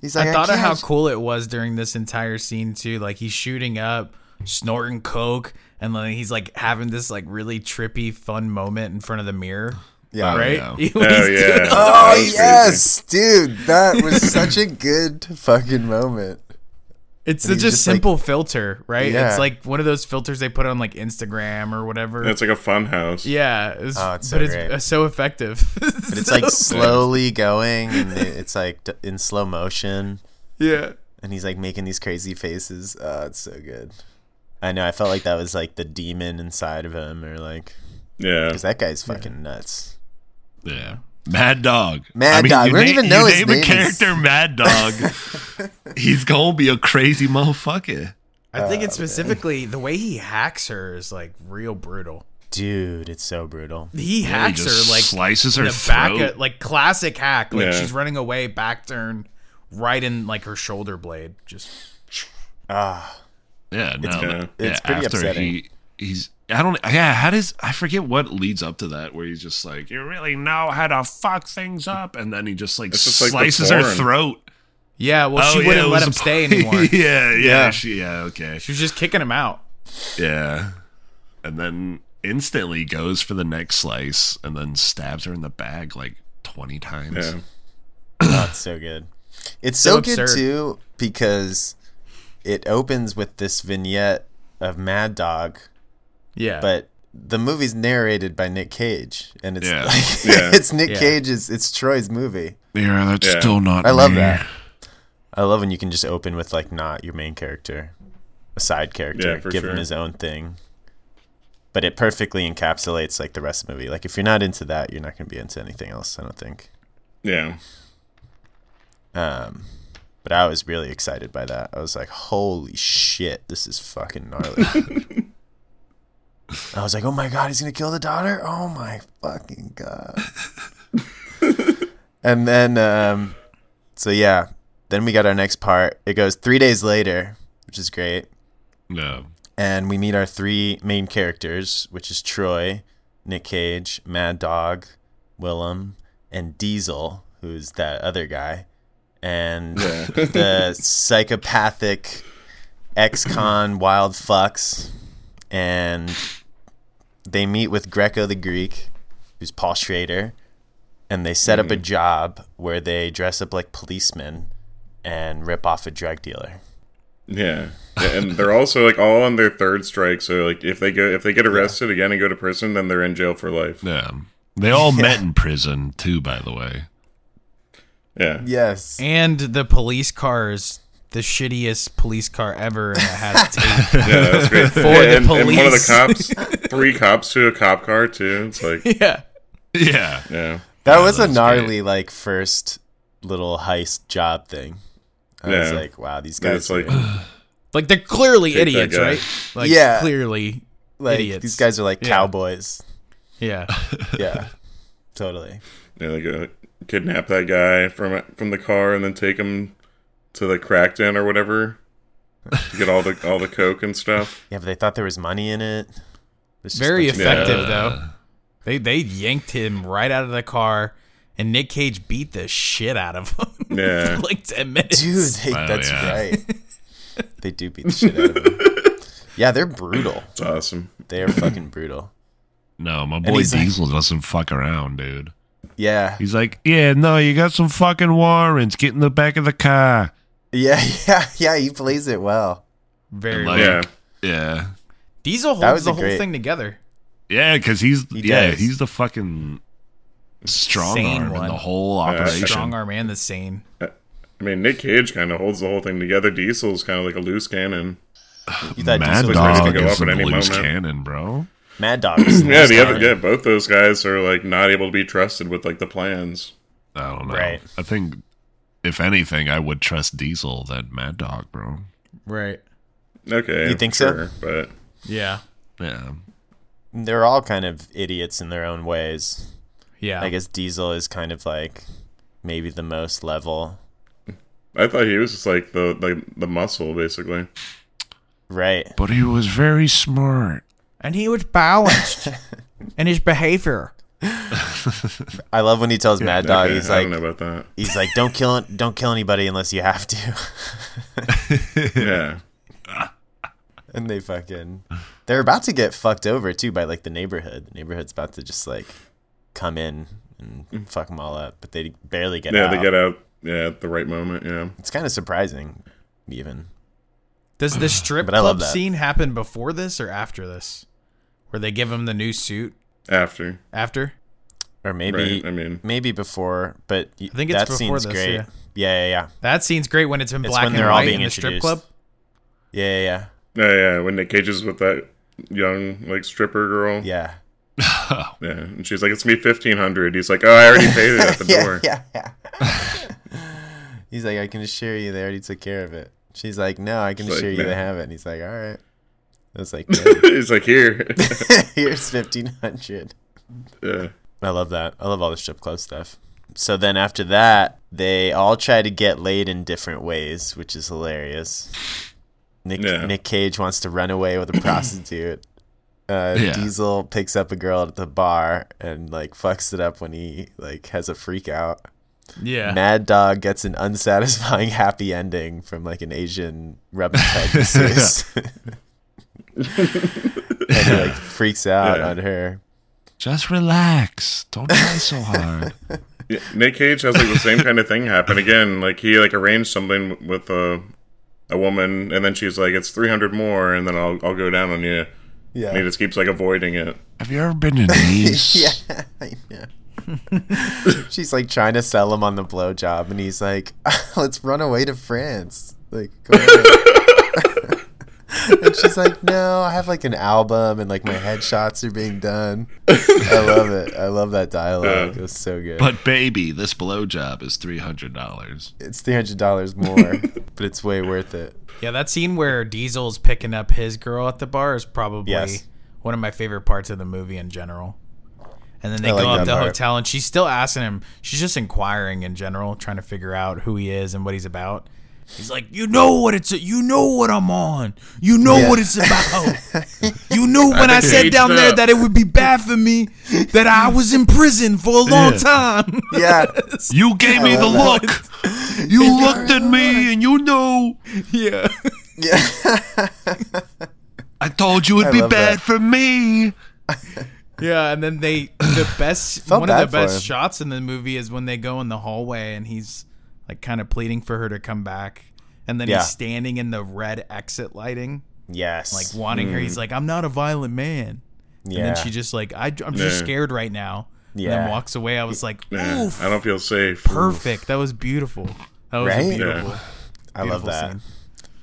S1: He's like,
S4: I thought of how
S1: can't-
S4: cool it was during this entire scene too. Like he's shooting up, snorting coke, and then he's like having this like really trippy fun moment in front of the mirror.
S1: Yeah.
S4: right?
S3: yeah.
S2: oh yeah.
S1: Oh
S2: That was
S1: yes, dude, that was such a good fucking moment.
S4: It's
S1: And
S4: such
S1: he's
S4: a
S1: just, like-
S4: simple filter, right?
S1: Yeah.
S4: It's like one of those filters they put on like Instagram or whatever.
S2: crazy. It's like a fun house.
S4: yeah, it's,
S1: Oh, it's so
S4: but it's
S1: great.
S4: uh, so effective.
S1: But it's like slowly going, and it- it's like d- in slow motion,
S4: yeah,
S1: and he's like making these crazy faces. Oh, it's so good. I know. I felt like that was like the demon inside of him, or like
S2: yeah.
S1: because that guy's fucking nuts.
S3: Yeah. Mad Dog.
S1: Mad Dog.
S3: you
S1: We don't even know
S3: you
S1: his
S3: name a
S1: name is-
S3: character Mad Dog. he's gonna be a crazy motherfucker.
S4: I think
S1: Uh,
S4: it's specifically the way he hacks her is like real brutal.
S1: Dude, it's so brutal.
S4: He
S3: Yeah, he
S4: hacks
S3: just
S4: her like
S3: slices her
S4: the
S3: throat.
S4: back, of, like classic hack. Like
S2: Yeah.
S4: she's running away, back turn, right in like her shoulder blade. Just
S1: Ah,
S3: yeah, no,
S2: kinda-
S3: like,
S1: it's
S3: yeah,
S1: pretty
S3: after
S1: upsetting.
S3: He, he's I don't yeah. How does I forget what leads up to that where he's just like you really know how to fuck things up, and then he just like
S2: It's just like the
S3: slices her
S2: porn.
S3: throat.
S4: yeah. Well, she
S3: Oh, yeah,
S4: wouldn't
S3: it
S4: let
S3: was
S4: him
S3: a-
S4: stay anymore. she
S3: yeah, yeah, she, yeah, okay,
S4: was just kicking him out.
S3: yeah, and then instantly goes for the next slice, and then stabs her in the bag like twenty times.
S2: Yeah.
S1: Oh, it's so good. It's so,
S4: So
S1: good
S4: absurd.
S1: too because it opens with this vignette of Mad Dog
S4: Yeah,
S1: but the movie's narrated by Nick Cage, and it's
S3: Yeah.
S1: like
S2: Yeah.
S1: it's Nick
S4: Yeah.
S1: Cage's, it's Troy's movie.
S3: Yeah, that's
S2: Yeah.
S3: still not.
S1: I love
S3: me.
S1: that. I love when you can just open with like not your main character, a side character,
S2: Yeah, for
S1: give him
S2: sure.
S1: his own thing. But it perfectly encapsulates like the rest of the movie. Like if you're not into that, you're not going to be into anything else. I don't think.
S2: Yeah.
S1: Um, but I was really excited by that. I was like, "Holy shit, this is fucking gnarly." I was like, "Oh my god, he's gonna kill the daughter! Oh my fucking god!" and then, um, so yeah, then we got our next part. It goes three days later, which is great,
S3: No.
S1: and we meet our three main characters, which is Troy, Nick Cage, Mad Dog, Willem, and Diesel, who's that other guy, and the psychopathic ex-con wild fucks, and they meet with Greco the Greek, who's Paul Schrader, and they set up a job where they dress up like policemen and rip off a drug dealer.
S2: Yeah. Yeah, and they're also like all on their third strike. So like if they go if they get arrested again and go to prison, then they're in jail for life.
S3: Yeah. They all met in prison too, by the way.
S2: Yeah,
S1: Yes.
S4: and the police car is the shittiest police car ever, and it has tape.
S2: yeah, that's great. For
S4: the
S2: and, and one of the
S4: police.
S2: cops, three cops to a cop car too. It's like
S4: yeah,
S3: Yeah.
S2: yeah,
S1: That was a
S3: that's
S1: gnarly like first little heist job thing. I was
S2: Yeah.
S1: like, wow, these
S2: yeah
S1: guys
S2: it's like
S1: are,
S4: like they're clearly
S2: Take that
S4: idiots,
S2: guy.
S4: right? Like,
S1: Yeah.
S4: clearly,
S1: like
S4: idiots.
S1: these guys are like
S4: Yeah.
S1: cowboys.
S4: yeah.
S1: Yeah. totally.
S2: yeah, they go kidnap that guy from from the car and then take him to the crack den or whatever to get all the all the coke and stuff.
S1: Yeah, but they thought there was money in it. It's just
S4: Very
S1: like-
S4: effective though. They they yanked him right out of the car, and Nick Cage beat the shit out of him.
S2: Yeah.
S4: for like ten minutes.
S1: Dude, they,
S3: Wow,
S1: that's
S3: yeah.
S1: right. they do beat the shit out of them. Yeah, they're brutal.
S2: It's awesome.
S1: They are fucking brutal.
S3: No, my boy
S1: he's like-
S3: Diesel doesn't fuck around, dude.
S1: Yeah.
S3: He's like, yeah, no, you got some fucking warrants. Get in the back of the car.
S1: Yeah, yeah, yeah, he plays it well.
S4: Very
S3: Like,
S4: well.
S2: Yeah.
S3: yeah,
S4: Diesel
S1: That
S4: holds
S1: was
S4: the
S1: a
S4: whole
S1: great-
S4: thing together.
S3: yeah, because he's
S1: He
S3: yeah,
S1: does.
S3: he's the fucking strong
S4: Sane
S3: arm in
S4: one.
S3: the whole
S2: Yeah.
S3: operation.
S4: Strong arm and the sane.
S2: I mean, Nick Cage kind of holds the whole thing together. Diesel's kind of like a loose cannon.
S1: You thought
S3: Mad
S1: Diesel was
S2: ready to
S3: Dog
S2: go
S3: is
S2: up at
S3: a
S2: any
S3: loose
S2: moment.
S3: cannon, bro.
S1: Mad Dog. was
S2: Yeah, the
S1: next
S2: other
S1: on.
S2: yeah, both those guys are like not able to be trusted with like the plans.
S3: I don't know.
S1: Right.
S3: I think if anything, I would trust Diesel than Mad Dog, bro.
S4: Right.
S2: Okay,
S1: You think so?
S2: sure, But
S4: Yeah.
S3: Yeah,
S1: They're all kind of idiots in their own ways.
S4: Yeah.
S1: I
S2: Um,
S1: guess Diesel is kind of like maybe the most level.
S2: I thought he was just like the the, the muscle basically.
S1: Right.
S3: but he was very smart.
S5: And he was balanced in his behavior.
S1: I love when he tells Mad Dog
S2: Okay,
S1: he's
S2: I don't
S1: like
S2: know about that.
S1: he's like don't kill don't kill anybody unless you have to.
S2: Yeah,
S1: and they fucking they're about to get fucked over too by like the neighborhood. The neighborhood's about to just like come in and fuck them all up, but they barely get
S2: Mm. yeah,
S1: out.
S2: they get out. Yeah, at the right moment. Yeah,
S1: It's kind of surprising even.
S4: Does the strip
S1: But I love
S4: club
S1: that.
S4: scene happen before this or after this? Where they give him the new suit
S2: after
S4: after?
S1: Or maybe
S2: right. I mean,
S1: maybe before, but I
S4: think it's
S1: that
S4: before
S1: scene's
S4: this,
S1: great.
S4: yeah.
S1: Yeah, yeah, yeah.
S4: That scene's great when it's in
S1: It's
S4: black
S1: when
S4: and
S1: they're all
S4: white
S1: being
S4: in the strip
S1: introduced.
S4: club.
S1: Yeah, yeah, yeah.
S2: yeah, yeah. When Nick Cage is with that young like stripper girl.
S1: Yeah.
S2: Yeah, and she's like, "It's me, fifteen hundred. He's like, "Oh, I already paid it at the
S1: yeah,
S2: door."
S1: yeah, yeah. he's like, I can assure you they already took care of it. She's like, No, I can
S2: She's like,
S1: assure you
S2: "No."
S1: they have it. And he's like, All right. I was like, "Good.
S2: He's like, "Here."
S1: here's fifteen hundred.
S2: yeah.
S1: I love that. I love all the strip club stuff. So then after that, they all try to get laid in different ways, which is hilarious. Nick
S2: Yeah.
S1: Nick Cage wants to run away with a prostitute. Uh,
S3: Yeah.
S1: Diesel picks up a girl at the bar and like fucks it up when he like has a freak out.
S4: Yeah.
S1: Mad Dog gets an unsatisfying happy ending from like an Asian rub and tug masseuse. and he like freaks out
S2: Yeah.
S1: on her.
S3: Just relax. Don't try so hard.
S2: Yeah, Nick Cage has like the same kind of thing happen again. Like he like arranged something with a a woman, and then she's like, "It's three hundred more," and then I'll I'll go down on you.
S1: Yeah.
S2: And he just keeps like avoiding it.
S3: Have you ever been to Nice?
S1: Yeah, I know. She's like trying to sell him on the blowjob, and he's like, "Let's run away to France." Like, go away. and she's like, "No, I have like an album, and like my headshots are being done." I love it. I love that dialogue. It was so good.
S3: But baby, this blowjob is three hundred dollars.
S1: it's three hundred dollars more, but it's way worth it.
S4: Yeah, that scene where Diesel's picking up his girl at the bar is probably
S1: Yes.
S4: one of my favorite parts of the movie in general. And then they
S1: I like
S4: go up
S1: that
S4: the
S1: part.
S4: hotel and she's still asking him, she's just inquiring in general, trying to figure out who he is and what he's about. He's like, "You know what it's you know what I'm on. You know
S1: Yeah.
S4: what it's about. you knew when I,
S2: think
S4: said
S2: he
S4: down
S2: aged
S4: there
S2: up.
S4: that it would be bad for me that I was in prison for a long time."
S1: Yeah,
S3: You gave me the look. You looked at me, and you know.
S4: yeah.
S1: yeah,
S3: I told you it'd
S1: I
S3: be
S1: love
S3: bad
S1: that.
S3: for me.
S4: Yeah, and then they the best
S1: Felt
S4: one of the
S1: bad for
S4: best
S1: him.
S4: shots in the movie is when they go in the hallway and he's like kind of pleading for her to come back, and then
S1: Yeah.
S4: he's standing in the red exit lighting,
S1: yes.
S4: like wanting her. He's like, "I'm not a violent man,"
S1: Hmm. yeah,
S4: and then she just like, I, "I'm just
S2: Yeah.
S4: scared right now," and
S1: Yeah.
S4: then walks away. I was like,
S2: Yeah,
S4: "Oof,
S2: I don't feel safe.
S4: perfect. That was beautiful. That was
S1: Right?
S4: a beautiful.
S1: I love
S4: beautiful
S1: that.
S4: scene.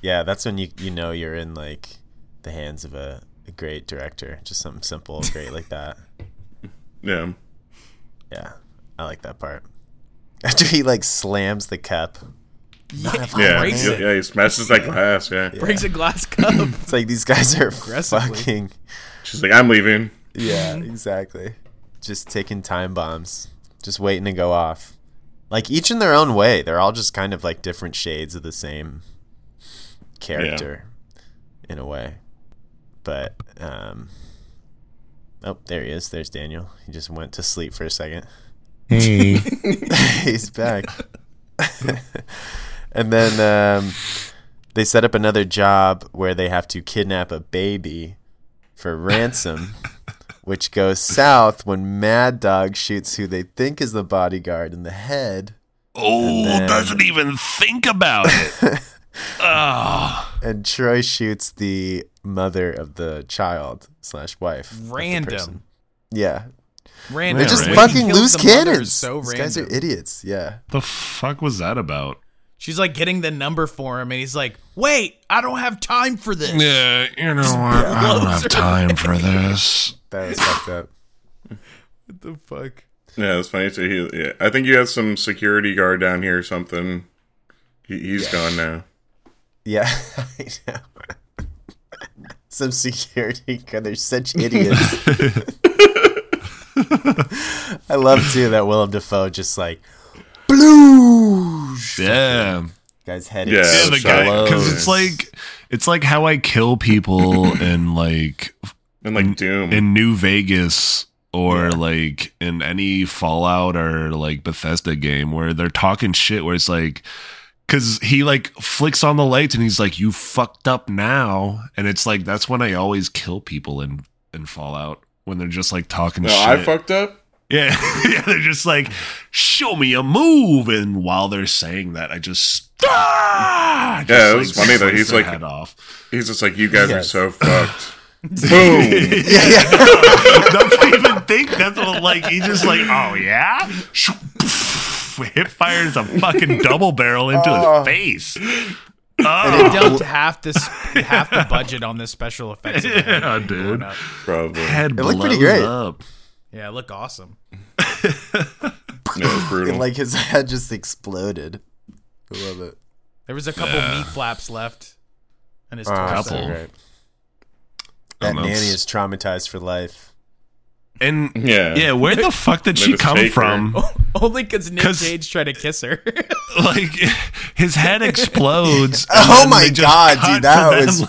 S1: Yeah, that's when you you know you're in like the hands of a, a great director. Just something simple, great like that.
S2: Yeah.
S1: Yeah, I like that part. After he like slams the cup,
S2: Yeah.
S4: breaks
S2: Yeah,
S4: it.
S2: yeah, he smashes that glass. Yeah.
S4: Breaks a glass cup.
S1: it's like these guys are
S4: Aggressively.
S1: fucking.
S2: She's like, "I'm leaving."
S1: Yeah, exactly. Just taking time bombs, just waiting to go off. Like each in their own way, they're all just kind of like different shades of the same character, in a way. But um, oh, there he is. There's Daniel. He just went to sleep for a second.
S3: Hey.
S1: He's back. and then um, they set up another job where they have to kidnap a baby for ransom, which goes south when Mad Dog shoots who they think is the bodyguard in the head.
S3: Oh,
S1: then-
S3: doesn't even think about it. oh,
S1: and Troy shoots the mother of the child slash wife. of the
S4: Random.
S1: person. Yeah,
S4: Random.
S1: they're just
S4: When he
S1: fucking
S4: kills
S1: loose
S4: the mother is
S1: cannons.
S4: So
S1: These
S4: random.
S1: guys are idiots. Yeah,
S3: the fuck was that about?
S4: She's like getting the number for him, and he's like, "Wait, I don't have time for this."
S3: Yeah, you know what? I don't have time for this.
S1: that was fucked up.
S4: What the fuck?
S2: Yeah, it's funny. too. he, yeah, I think you had some security guard down here or something. He, he's gone now.
S1: Yeah, I know. Some security guard. They're such idiots. I love too that Willem Dafoe just like
S3: Yeah.
S1: guys head.
S2: Yeah,
S3: Yeah,
S1: explodes.
S3: the guy, because it's like it's like how I kill people in like
S2: And like Doom.
S3: in New Vegas or like in any Fallout or like Bethesda game where they're talking shit where it's like cuz he like flicks on the lights and he's like you fucked up now and it's like that's when I always kill people in in Fallout when they're just like talking
S2: no,
S3: shit.
S2: I fucked up.
S3: Yeah, yeah, they're just like, show me a move, and while they're saying that, I just ah, just,
S2: Yeah, it was funny that
S3: slice
S2: he's
S3: their
S2: like-
S3: head off.
S2: He's just like, you guys are
S1: Yes.
S2: so fucked. Boom.
S1: yeah, yeah.
S3: Don't even think that's what like he just like oh yeah, Shoo, poof, hip fires a fucking double barrel into
S1: Oh.
S3: his face. Oh.
S4: They dumped half this, half the budget on this special effects. event.
S3: Yeah, dude,
S2: Probably. Yeah,
S3: head
S1: looked
S3: blows
S1: pretty great.
S3: up.
S4: Yeah, look awesome.
S2: it was brutal.
S1: And, like his head just exploded. I love it.
S4: There was a couple meat flaps left, and his
S1: Ah,
S4: torso.
S1: so
S3: Couple.
S1: great. That nanny is traumatized for life.
S3: And
S2: yeah.
S3: yeah, where the fuck did she
S2: Made us
S3: come
S2: take her.
S3: from?
S4: Only because Nick
S3: 'Cause-
S4: Cage tried to kiss her.
S3: Like his head explodes. and
S1: Oh
S3: then
S1: my
S3: they just
S1: god,
S3: cut
S1: dude, that
S3: to them,
S1: was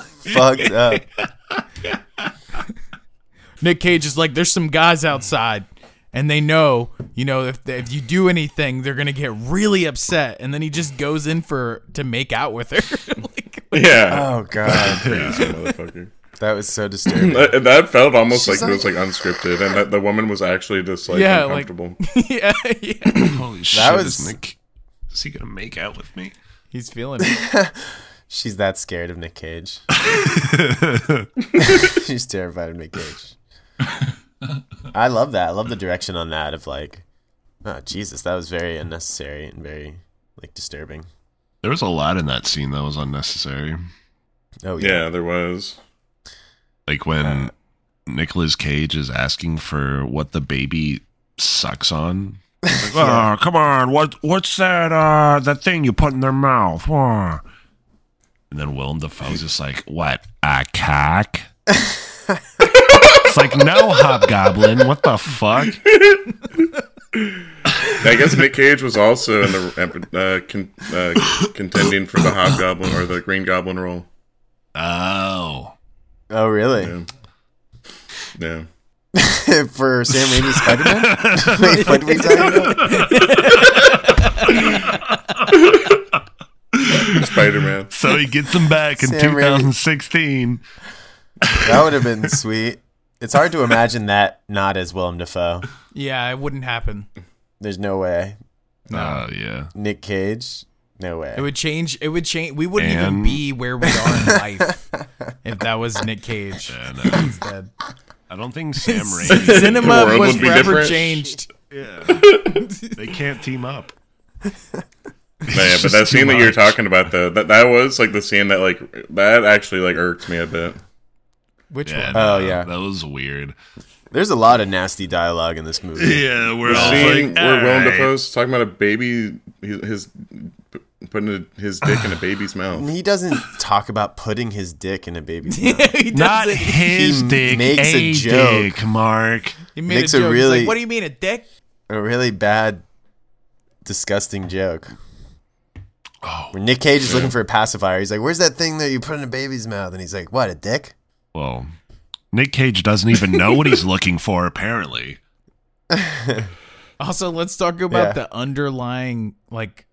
S3: like-
S1: fucked up.
S4: Nick Cage is like, "There's some guys outside, and they know, you know, if they, if you do anything, they're gonna get really upset." And then he just goes in for to make out with her. like,
S2: Yeah.
S1: Oh
S3: uh,
S1: god,
S2: Crazy motherfucker.
S1: that was so disturbing.
S2: That, that felt almost
S1: She's
S2: like, it was like unscripted, and that the woman was actually just like
S4: Yeah, like-
S2: uncomfortable.
S4: yeah, yeah.
S3: Holy shit!
S1: was-
S3: is Nick? Is he gonna make out with me?
S4: He's feeling it.
S1: She's that scared of Nick Cage. She's terrified of Nick Cage. I love that. I love the direction on that of like, oh Jesus, that was very unnecessary and very like disturbing.
S3: There was a lot in that scene that was unnecessary.
S1: Oh yeah,
S2: yeah, there was.
S3: Like when
S1: Uh,
S3: Nicolas Cage is asking for what the baby sucks on. Like, "Oh, come on, what what's that uh that thing you put in their mouth? Oh." And then Willem Dafoe's just like, What, a cock? it's like no hobgoblin, what the fuck?
S2: I guess Nick Cage was also in the uh, con- uh, contending for the Hobgoblin or the Green Goblin role.
S3: Oh.
S1: Oh really?
S2: Yeah.
S1: For Sam Raimi's Spider Man? Wait, what did we talk about?
S2: Spider Man.
S3: So he gets him back in
S1: Sam Raimi.
S3: 2016.
S1: That would have been sweet. It's hard to imagine that not as Willem Dafoe.
S4: Yeah, it wouldn't happen.
S1: There's no way.
S3: Oh, yeah.
S1: Nick Cage? No way.
S4: It would change. It would change. We wouldn't even
S3: And-
S4: be where we are in life if that was Nick Cage instead.
S3: uh, I don't think Sam Raimi.
S2: The
S4: Cinema
S2: world
S4: was
S2: would be
S4: forever
S2: different.
S4: changed.
S3: they can't team up.
S2: But yeah, but that scene that you're talking about though, that that was like the scene that like that actually like irked me a bit.
S4: Which
S3: Yeah,
S4: one?
S1: Oh,
S3: no,
S1: yeah.
S3: that was weird.
S1: There's a lot of nasty dialogue in this movie.
S3: Yeah, we're
S1: Oh,
S3: all
S2: Scene
S3: like,
S2: where Willem
S3: "Alright."
S2: Dafoe's talking about a baby, his, his putting his dick in a baby's mouth.
S1: He doesn't talk about putting his dick in a baby's mouth.
S4: he
S3: Not
S4: does it.
S3: his
S1: He
S3: dick,
S1: makes a
S3: a,
S1: joke.
S3: dick, Mark.
S4: He made a
S1: Makes a
S4: joke. He's
S1: really-
S4: like, what do you mean a dick?
S1: A really bad, disgusting joke.
S3: Oh,
S1: Where Nick Cage is looking for a pacifier. He's like, Where's that thing that you put in a baby's mouth? And he's like, What, a dick?
S3: Well, Nick Cage doesn't even know what he's looking for, apparently.
S4: Also, let's talk about
S1: Yeah.
S4: the underlying like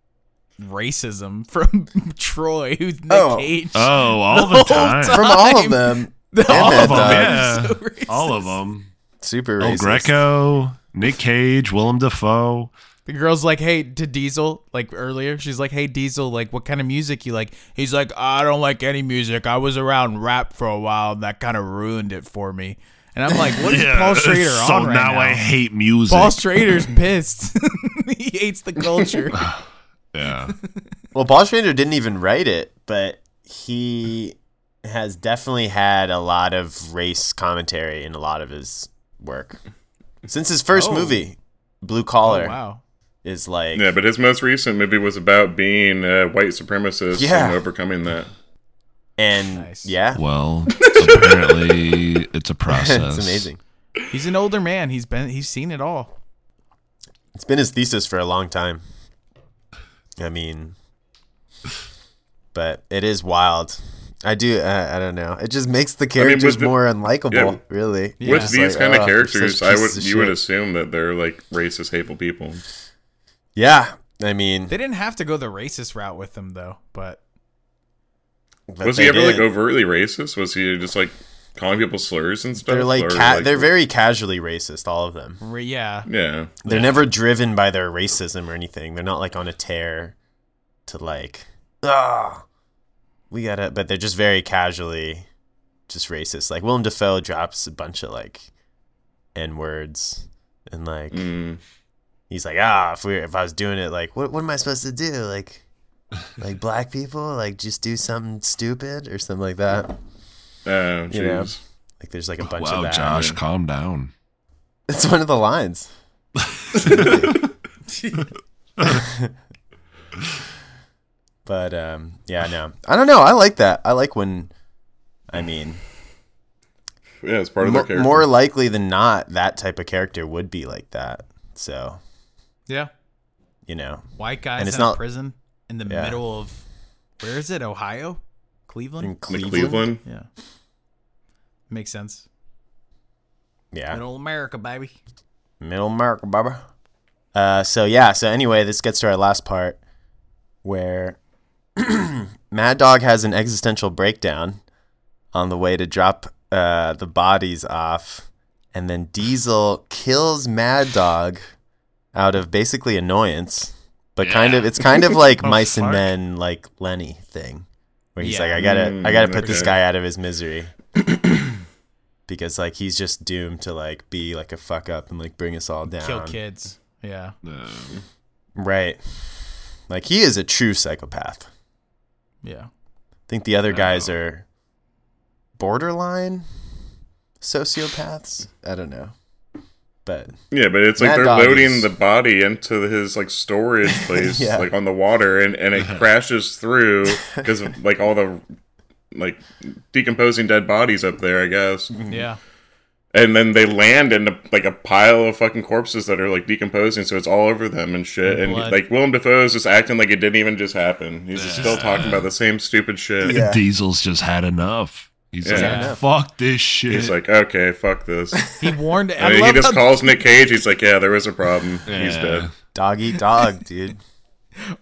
S4: racism from Troy, who's Nick
S1: Oh.
S4: Cage.
S3: Oh, all the,
S4: whole
S3: time.
S4: time.
S1: From all of
S4: I'm-
S1: them.
S4: All
S1: Mad
S4: of
S1: Dog.
S4: them. are
S3: Yeah.
S4: so racist.
S3: All of them.
S1: Super
S3: El
S1: racist.
S3: Greco, Nick Cage, Willem Dafoe.
S4: The girl's like, hey, to Diesel, like earlier, she's like, hey, Diesel, like, what kind of music you like? He's like, I don't like any music. I was around rap for a while, and that kind of ruined it for me. And I'm like, what is Paul Schrader
S3: so
S4: on right
S3: now,
S4: now?
S3: I hate music.
S4: Paul Schrader's pissed. he hates the culture.
S3: yeah.
S1: Well, Paul Schrader didn't even write it, but he has definitely had a lot of race commentary in a lot of his work since his first
S4: Oh.
S1: movie, Blue
S4: Oh,
S1: Collar,
S4: wow.
S1: is like
S2: Yeah, but his most recent movie was about being a white supremacist
S1: Yeah.
S2: and overcoming that.
S1: and
S4: Nice.
S1: yeah,
S3: Well, apparently it's a process.
S1: it's amazing.
S4: He's an older man. He's been, he's seen it all.
S1: It's been his thesis for a long time. I mean, but it is wild. I do. Uh, I don't know. It just makes the characters
S2: with the-
S1: more unlikable.
S2: yeah.
S1: really,
S4: Yeah.
S2: With
S4: It's
S2: these
S1: like,
S2: kind
S1: oh,
S2: of
S1: they're
S2: characters,
S1: such
S2: I would
S1: pieces
S2: you
S1: of
S2: would
S1: shit.
S2: assume that they're like racist, hateful people.
S1: yeah. I mean,
S4: They didn't have to go the racist route with him, though, but
S1: but
S2: was he
S1: they
S2: ever like
S1: did.
S2: overtly racist? Was he just like calling people slurs and stuff?
S1: They're like,
S2: Or,
S1: ca- they're very casually racist. All of them.
S4: re- yeah.
S2: yeah.
S1: They're never driven by their racism or anything. They're not like on a tear to like ah we gotta but they're just very casually just racist. Like Willem Dafoe drops a bunch of like N words and like
S2: Mm.
S1: he's like, ah, if we if I was doing it like what what am I supposed to do? Like like black people, like just do something stupid or something like that.
S2: Oh,
S1: You know.
S2: jeez.
S1: Like there's like a bunch of
S3: Wow,
S1: that.
S3: Josh, calm down.
S1: It's one of the lines. but um, yeah, no, I don't know. I like that. I like when, I mean,
S2: Yeah. it's part of
S1: mo-
S2: their character.
S1: more likely than not, that type of character would be like that. So
S4: Yeah.
S1: you know,
S4: White guys
S1: And it's
S4: in a
S1: not-
S4: prison in the
S1: Yeah.
S4: middle of, where is it? Ohio? Cleveland?
S1: in
S2: The
S1: Cleveland,
S2: Cleveland.
S4: Yeah. Makes sense.
S1: yeah,
S4: Middle America, baby.
S1: Middle America, Barbara. Uh, so yeah. So anyway, this gets to our last part where Mad Dog has an existential breakdown on the way to drop uh, the bodies off, and then Diesel kills Mad Dog out of basically annoyance, but kind of it's kind of
S4: Oh,
S1: like mice and men, like Lenny thing, where he's
S4: Yeah.
S1: like, I gotta, I gotta put this
S2: okay.
S1: guy out of his misery. Because like he's just doomed to like be like a fuck up and like bring us all down.
S4: Kill kids. Yeah.
S1: Right. Like he is a true psychopath. I
S4: Yeah.
S1: think the other guys are borderline sociopaths. I don't know. But
S2: Yeah, but it's like
S1: Mad
S2: they're
S1: Dog
S2: loading
S1: is-
S2: the body into his like storage place,
S1: Yeah.
S2: like on the water, and and it crashes through because of like all the like decomposing dead bodies up there, I guess.
S4: Yeah.
S2: And then they land in a, like a pile of fucking corpses that are like decomposing, so it's all over them and shit. And
S4: Blood.
S2: like Willem Dafoe's just acting like it didn't even just happen. He's just still talking about the same stupid shit.
S1: Yeah.
S3: Diesel's just had enough. He's
S2: Yeah.
S3: like, fuck this shit.
S2: He's like, okay, fuck this.
S4: He warned. I
S2: And he
S4: love
S2: just
S4: how-
S2: calls Nick Cage. He's like, yeah, there was a problem. He's
S3: Yeah.
S2: dead.
S1: dog eat dog, dude.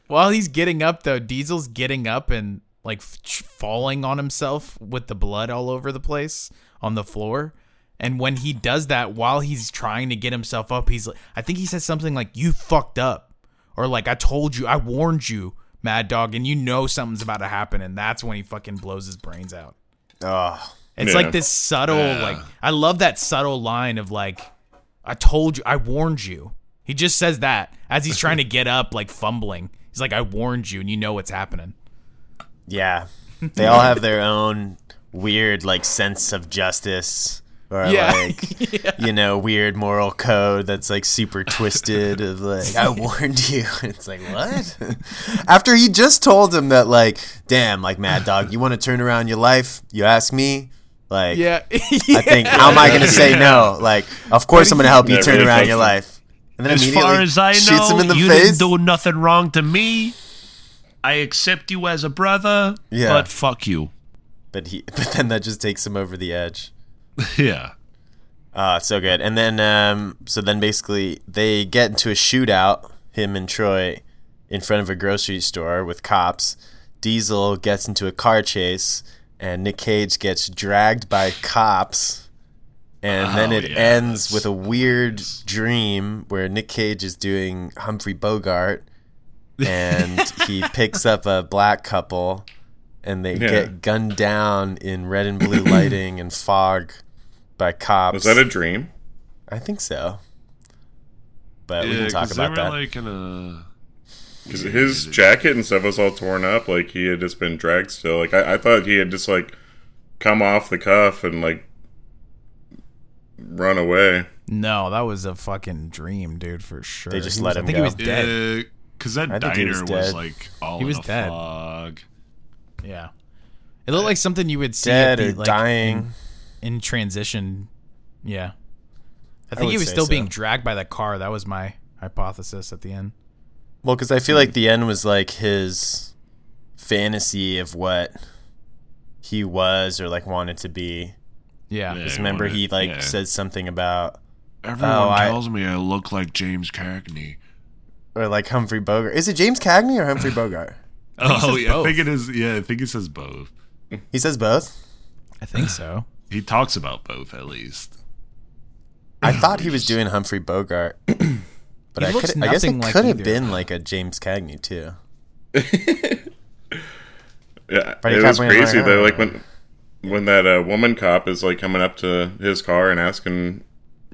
S4: while he's getting up though, Diesel's getting up and like f- falling on himself with the blood all over the place on the floor. And when he does that, while he's trying to get himself up, he's like, I think he says something like, "You fucked up," or like, "I told you, I warned you, Mad Dog," and you know something's about to happen, and that's when he fucking blows his brains out.
S1: Oh,
S4: It's
S2: Yeah.
S4: like this subtle, like I love that subtle line of like, "I told you, I warned you." He just says that as he's trying to get up, like fumbling. He's like, "I warned you, and you know what's happening."
S1: yeah. They all have their own weird like sense of justice or
S4: Yeah.
S1: like you know weird moral code that's like super twisted of like I warned you. It's like what? After he just told him that like damn like Mad Dog, you want to turn around your life? You ask me. Like I think how am I going to say no? Like, of course I'm going to help you
S2: Never
S1: turn
S2: really
S1: around
S2: touched
S1: your
S2: him.
S1: life. And then
S3: As
S1: immediately
S3: far as I
S1: shoots
S3: know,
S1: him in the
S3: you
S1: face.
S3: didn't do nothing wrong to me. I accept you as a brother,
S1: Yeah.
S3: but fuck you.
S1: but he, but then that just takes him over the edge.
S3: Yeah.
S1: Ah, so good. And then, um, so then basically they get into a shootout. Him and Troy in front of a grocery store with cops. Diesel gets into a car chase, and Nick Cage gets dragged by cops. and then
S3: Oh,
S1: it
S3: yeah,
S1: ends
S3: that's-
S1: with a weird dream where Nick Cage is doing Humphrey Bogart, and he picks up a black couple, and they
S2: Yeah.
S1: get gunned down in red and blue lighting and fog by cops.
S2: Was that a dream?
S1: I think so, but we
S3: Yeah,
S1: can talk
S3: 'cause they
S1: about
S3: were,
S1: that.
S3: Like in a,
S2: Because his jacket and stuff was all torn up, like he had just been dragged still. Like I, I thought he had just like come off the cuff and like run away.
S4: No, that was a fucking dream, dude, for sure.
S1: They just
S4: He
S1: let
S4: was-
S1: him
S4: I think
S1: go.
S4: he was dead.
S3: because that
S1: I think he
S3: diner
S1: was
S3: was,
S1: dead.
S3: like all
S4: He
S3: in
S4: was
S3: a
S4: dead.
S3: fog.
S1: Oh,
S4: Yeah. It looked like something you would see at
S1: Dead
S4: the,
S1: or
S4: like,
S1: dying.
S4: in, in transition. Yeah. I
S1: would
S4: think he was
S1: say
S4: still
S1: so.
S4: being dragged by the car. That was my hypothesis at the end.
S1: Well, because I feel
S4: Hmm.
S1: like the end was like his fantasy of what he was or like wanted to be.
S3: Yeah.
S4: Yeah.
S1: Because remember,
S3: wanted-
S1: he like
S3: yeah.
S1: said something about
S3: Everyone
S1: Oh, I-
S3: tells me I look like James Cagney.
S1: or like Humphrey Bogart. Is it James Cagney or Humphrey Bogart?
S3: Oh,
S4: says
S3: yeah,
S4: both.
S3: I think it is. Yeah, I think he says both.
S1: He says both.
S4: I think so.
S3: He talks about both at least.
S1: I thought he was doing Humphrey Bogart, but
S4: He
S1: I,
S4: looks
S1: could, I guess it
S4: nothing like
S1: could have
S4: either of
S1: been like a James Cagney too.
S2: Yeah,
S1: But he
S2: it
S1: kept
S2: was
S1: running
S2: crazy
S1: around.
S2: though. Like when when that uh, woman cop is like coming up to his car and asking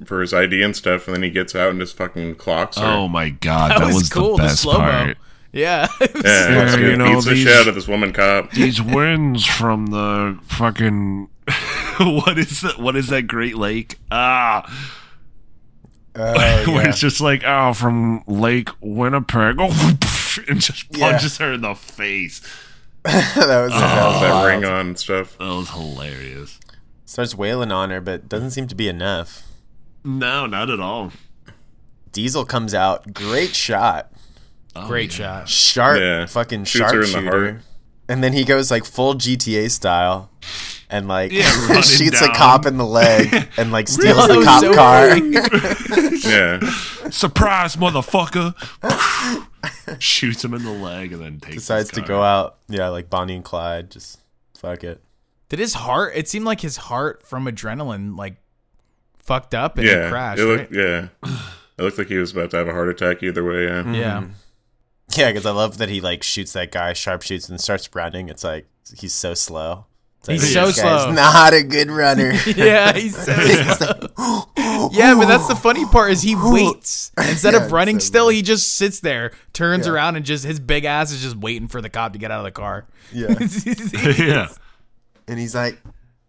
S2: for his ID and stuff, and then he gets out and just fucking clocks her.
S3: Oh my god, that, was, the best
S4: slow-mo.
S3: part.
S4: Yeah.
S2: yeah,
S3: Yeah,
S2: it's
S3: you
S2: good.
S3: know,
S2: beats the
S3: these-
S2: shit out of this woman cop.
S3: These winds from the fucking what is that? What is that Great Lake? Ah,
S1: Oh,
S3: where it's just like oh, from Lake Winnipeg, oh, and just punches her in the face.
S1: that was, that
S3: Oh.
S1: was
S2: that
S1: wild.
S2: ring on and stuff.
S3: That was hilarious.
S1: Starts wailing on her, but doesn't seem to be enough.
S3: No, not at all.
S1: Diesel comes out. Great shot.
S3: Oh,
S4: Great
S3: yeah.
S4: shot.
S1: sharp
S2: Yeah.
S1: fucking
S2: Shoots her in the
S1: sharpshooter.
S2: heart.
S1: And then he goes like full GTA style and like
S3: Yeah, running
S1: shoots a
S3: down.
S1: cop in the leg and like steals
S4: That
S1: the
S4: was
S1: cop
S4: so
S1: car.
S2: Yeah,
S3: Surprise, motherfucker! Shoots him in the leg and then takes.
S1: Decides to go out. Yeah, like Bonnie and Clyde. Just fuck it.
S4: Did his heart? It seemed like his heart from adrenaline like fucked up and
S2: yeah.
S4: it crashed.
S2: it looked,
S4: right?
S2: yeah. It looked like he was about to have a heart attack either way. Yeah.
S4: Yeah.
S1: Mm. Yeah, because I love that he like shoots that guy, sharpshoots and starts running. It's like he's so slow. It's like,
S4: He's
S1: this
S4: so
S1: guy's
S4: slow.
S1: Not a good runner.
S4: Yeah, he's so Yeah, but that's the funny part is he waits. Instead of running still, he just sits there, turns around and just his big ass is just waiting for the cop to get out of the car.
S1: yeah.
S3: yeah,
S1: And he's like,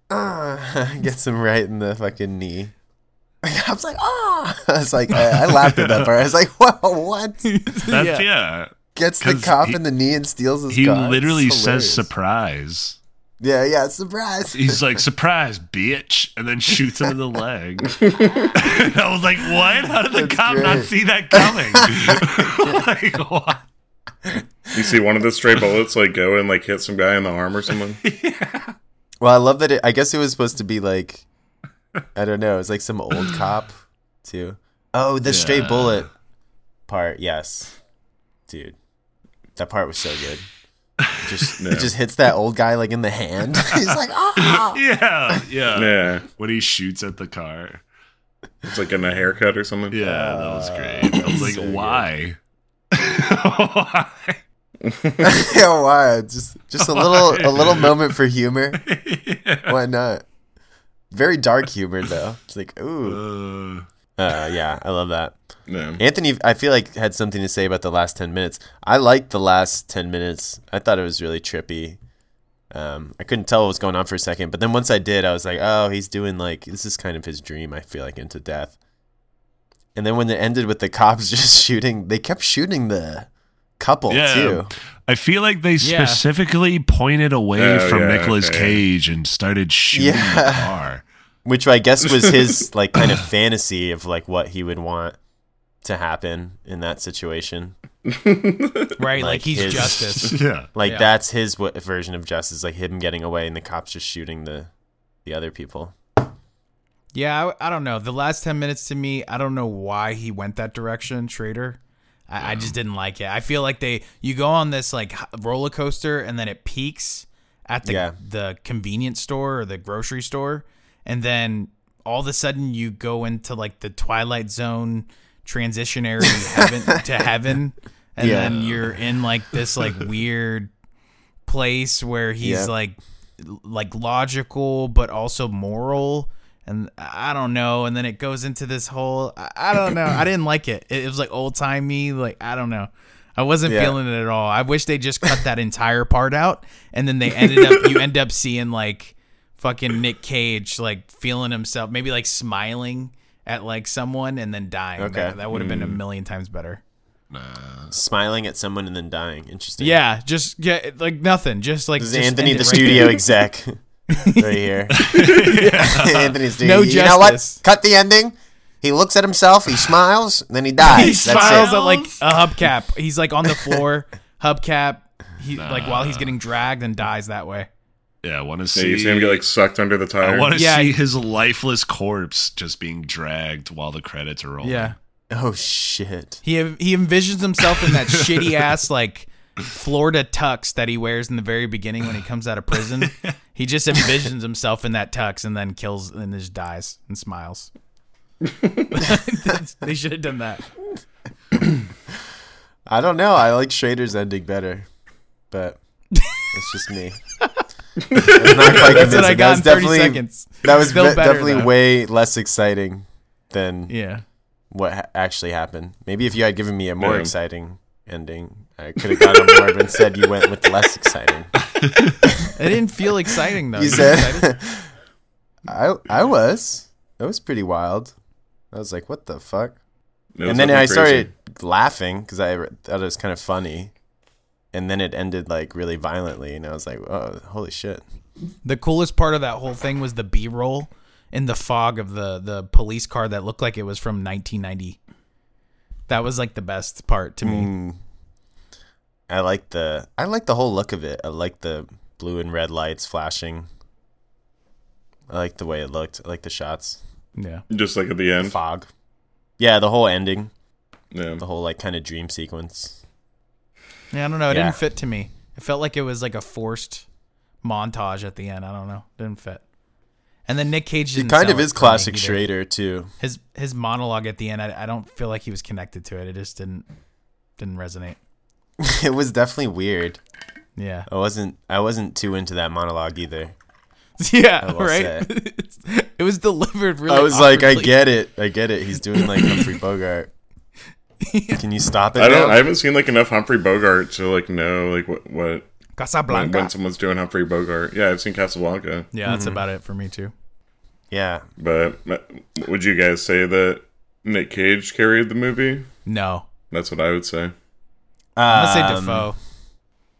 S1: ah, gets him right in the fucking knee. I was like, ah. I was like, I, I laughed at that part. I was like, whoa, what?
S3: that's yeah.
S1: Gets the
S3: 'Cause
S1: cop
S3: he-
S1: in the knee and steals his
S3: He
S1: car. It's
S3: literally says
S1: hilarious.
S3: surprise.
S1: Yeah, yeah, surprise.
S3: He's like, surprise, bitch, and then shoots him in the leg. I was like, what? How did the cop not
S1: great.
S3: see that coming? like, what?
S2: You see one of the stray bullets like go and like hit some guy in the arm or something.
S1: Well, I love that it, I guess it was supposed to be like, I don't know, it was like some old cop, too. Oh, the stray
S3: Yeah.
S1: bullet part, yes. Dude, that part was so good. It Just,
S2: Yeah.
S1: it just hits that old guy like in the hand. He's like, ah.
S3: Yeah, yeah.
S2: Yeah,
S3: When he shoots at the car.
S2: it's like in a haircut or something.
S3: Yeah, that
S1: Uh,
S3: was great. I was like, why? Why?
S1: yeah, why? Just just a little a little moment for humor.
S3: Yeah.
S1: Why not? Very dark humor though. It's like, ooh.
S3: Uh,
S1: Uh, yeah, I love that.
S2: Yeah.
S1: Anthony, I feel like had something to say about the last ten minutes. I liked the last ten minutes. I thought it was really trippy. Um, I couldn't tell what was going on for a second, but then once I did, I was like, oh, he's doing like this is kind of his dream. I feel like into death. And then when it ended with the cops just shooting, they kept shooting the couple
S3: Yeah.
S1: too.
S3: I feel like they
S4: Yeah.
S3: specifically pointed away
S2: Oh,
S3: from
S2: yeah,
S3: Nicolas
S2: okay.
S3: Cage and started shooting the
S1: Yeah.
S3: car.
S1: which I guess was his like kind of fantasy of like what he would want to happen in that situation.
S4: Right? Like,
S1: Like
S4: he's
S1: his-
S4: justice.
S3: Yeah.
S1: Like
S4: Yeah.
S1: that's his w- version of justice, like him getting away and the cops just shooting the the other people.
S4: Yeah, I, I don't know. The last 10 minutes to me, I don't know why he went that direction, Schrader. I, I just didn't like it. I feel like they, you go on this like h- roller coaster and then it peaks at the,
S1: Yeah.
S4: the convenience store or the grocery store. And then all of a sudden you go into like the twilight zone transition area in heaven to heaven and
S1: Yeah.
S4: then you're in like this like weird place where he's
S1: Yeah.
S4: like like logical but also moral and I don't know and then it goes into this whole I, I don't know I didn't like it it, it was like old timey like I don't know I wasn't
S1: Yeah.
S4: feeling it at all I wish they just cut that entire part out and then they ended up you end up seeing like fucking Nick Cage like feeling himself maybe like smiling at like someone and then dying
S1: Okay. Hmm.
S4: that, that would have been a million times better
S1: Smiling at someone and then dying. Interesting.
S4: yeah just yeah like nothing just like
S1: This is
S4: just
S1: Anthony
S4: end
S1: the
S4: it right
S1: studio
S4: there.
S1: exec right here. Anthony studio.
S4: No
S1: you know what?
S4: justice.
S1: Cut the ending. He looks at himself. He smiles. Then he dies.
S4: he
S1: That's
S4: smiles
S1: it.
S4: at like a hubcap. He's like on the floor, hubcap. He like while he's getting dragged and dies that way.
S3: Yeah, I want to
S2: Yeah,
S3: see.
S2: you see him get like sucked under the
S3: I
S2: tire.
S3: want to
S4: Yeah,
S3: see
S4: he-
S3: his lifeless corpse just being dragged while the credits are rolling.
S4: Yeah,
S1: Oh shit.
S4: he he envisions himself in that shitty ass like Florida tux that he wears in the very beginning when he comes out of prison. He just envisions himself in that tux and then kills and just dies and smiles. they should have done that.
S1: I don't know. I like Schrader's ending better, but it's just me. It's not quite
S4: That's what I
S1: convincing.
S4: got
S1: was
S4: in 30
S1: definitely-
S4: seconds.
S1: That was
S4: Still
S1: ve-
S4: better,
S1: definitely
S4: though.
S1: way less exciting than
S4: Yeah.
S1: what ha- actually happened. Maybe if you had given me a more
S2: Yeah.
S1: exciting ending, I could have gone on board and said you went with less exciting.
S4: It didn't feel exciting though.
S1: You
S4: Were excited?
S1: said, "I I was. That was pretty wild." I was like, "What the fuck?"
S2: It was
S1: and then
S2: something
S1: I
S2: crazy.
S1: started laughing because I re- thought it was kind of funny. And then it ended like really violently, and I was like, "Oh, holy shit!"
S4: The coolest part of that whole thing was the B roll in the fog of the the police car that looked like it was from 1990. That was like the best part to me.
S1: Mm. I like the I like the whole look of it. I like the blue and red lights flashing. I like the way it looked. I like the shots.
S4: Yeah.
S2: just like at the end.
S1: Fog. Yeah, the whole ending,
S2: Yeah.
S1: the whole like kind of dream sequence.
S4: Yeah, I don't know. It
S1: Yeah.
S4: didn't fit to me. It felt like it was like a forced montage at the end. I don't know. didn't fit. And then Nick Cage
S1: It
S4: didn't
S1: kind
S4: sell
S1: of is
S4: for me
S1: classic
S4: either.
S1: Schrader too.
S4: His his monologue at the end, I, I don't feel like he was connected to it. It just didn't didn't resonate.
S1: it was definitely weird.
S4: Yeah.
S1: I wasn't I wasn't too into that monologue either.
S4: Yeah,
S1: will
S4: right. it was delivered really
S1: I was like, I
S4: awkwardly.
S1: get it, I get it. He's doing like Humphrey Bogart. Can you stop it?
S2: I don't.
S1: now?
S2: I haven't seen like enough Humphrey Bogart to like know like what what when,
S4: Casablanca.
S2: when someone's doing Humphrey Bogart. Yeah, I've seen Casablanca,
S4: Yeah, that's
S1: Mm-hmm.
S4: about it for me too.
S1: yeah,
S2: but uh, would you guys say that Nick Cage carried the movie?
S4: No,
S2: That's what I would say.
S4: I'm gonna say
S1: Um,
S4: Defoe.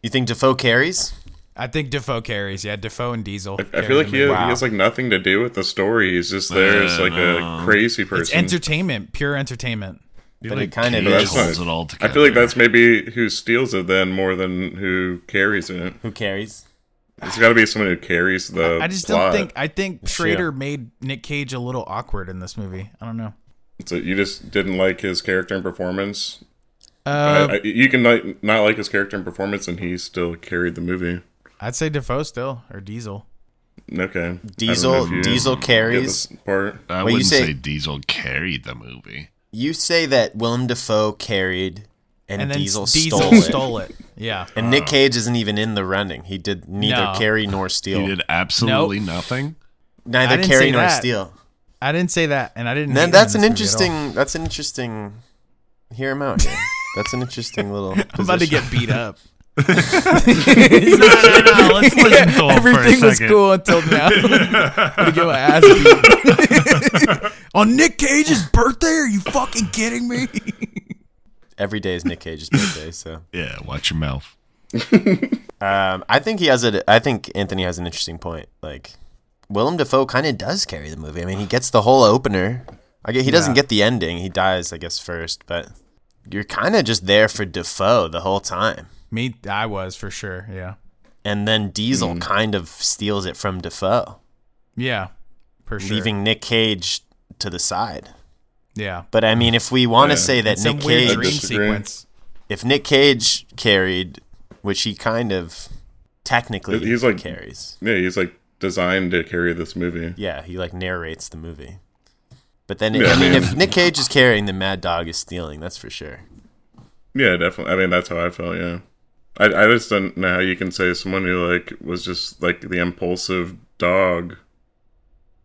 S1: You think Defoe carries?
S4: I think Defoe carries. Yeah, Defoe and Diesel.
S2: I feel like he,
S1: Wow.
S2: he has like nothing to do with the story. He's just there as like a crazy person.
S4: it's entertainment, pure entertainment.
S1: But it kind of
S2: But
S1: is.
S2: that's
S3: holds
S2: not-
S3: it all
S2: I feel like
S3: together.
S2: that's maybe who steals it then more than who carries it.
S1: Who carries?
S2: It's got to be someone who carries the.
S4: I just
S2: plot.
S4: don't think. I think
S1: true.
S4: Schrader made Nick Cage a little awkward in this movie. I don't know.
S2: So you just didn't like his character and performance.
S4: Uh,
S2: I, I, you can like, not like his character and performance, and he still carried the movie.
S4: I'd say Defoe still or Diesel.
S2: Okay. I don't know if
S1: Diesel
S2: you
S1: Diesel
S2: get
S1: carries.
S2: this part.
S3: I
S1: Well, you
S3: wouldn't
S1: say-
S3: say, Diesel carried the movie.
S1: You say that Willem Dafoe carried and,
S4: And then
S1: Diesel,
S4: Diesel,
S1: stole, it.
S4: stole it. Yeah.
S1: And Nick Cage isn't even in the running. He did neither
S4: No.
S1: carry nor
S3: He
S1: steal.
S3: did absolutely nothing.
S4: I
S1: neither
S4: didn't
S1: carry
S4: say
S1: nor
S4: that.
S1: steal.
S4: I didn't say that, and I didn't.
S1: And then
S4: hate him in
S1: that's an
S4: this movie at all.
S1: interesting. That's an interesting. Hear him out here. That's an interesting little.
S4: I'm about to
S1: position.
S4: get beat up.
S3: let's listen to him
S4: Everything was cool until now. to get my ass beat. On Nick Cage's birthday? Are you fucking kidding me?
S1: Every day is Nick Cage's birthday, so
S3: Yeah, watch your mouth.
S1: um, I think he has a. I think Anthony has an interesting point. Like Willem Dafoe kind of does carry the movie. I mean, he gets the whole opener. I get, he doesn't get the ending. He dies, I guess, first. But you're kind of just there for Dafoe the whole time.
S4: me, I was for sure. Yeah.
S1: and then Diesel
S2: Hmm.
S1: kind of steals it from Defoe,
S4: Yeah. For sure.
S1: leaving Nick Cage to the side.
S4: Yeah.
S1: But I mean, if we want to say that
S4: Some
S1: Nick
S4: weird
S1: Cage,
S4: dream
S2: disagree.
S4: sequence.
S1: if Nick Cage carried, which he kind of technically
S2: He's like-
S1: carries,
S2: Yeah, he's like designed to carry this movie.
S1: Yeah, he like narrates the movie. But then,
S2: Yeah,
S1: I mean,
S2: I
S1: if Nick Cage is carrying, then Mad Dog is stealing. That's for sure.
S2: Yeah, definitely. I mean, that's how I felt. Yeah, I I just don't know how you can say someone who like was just like the impulsive dog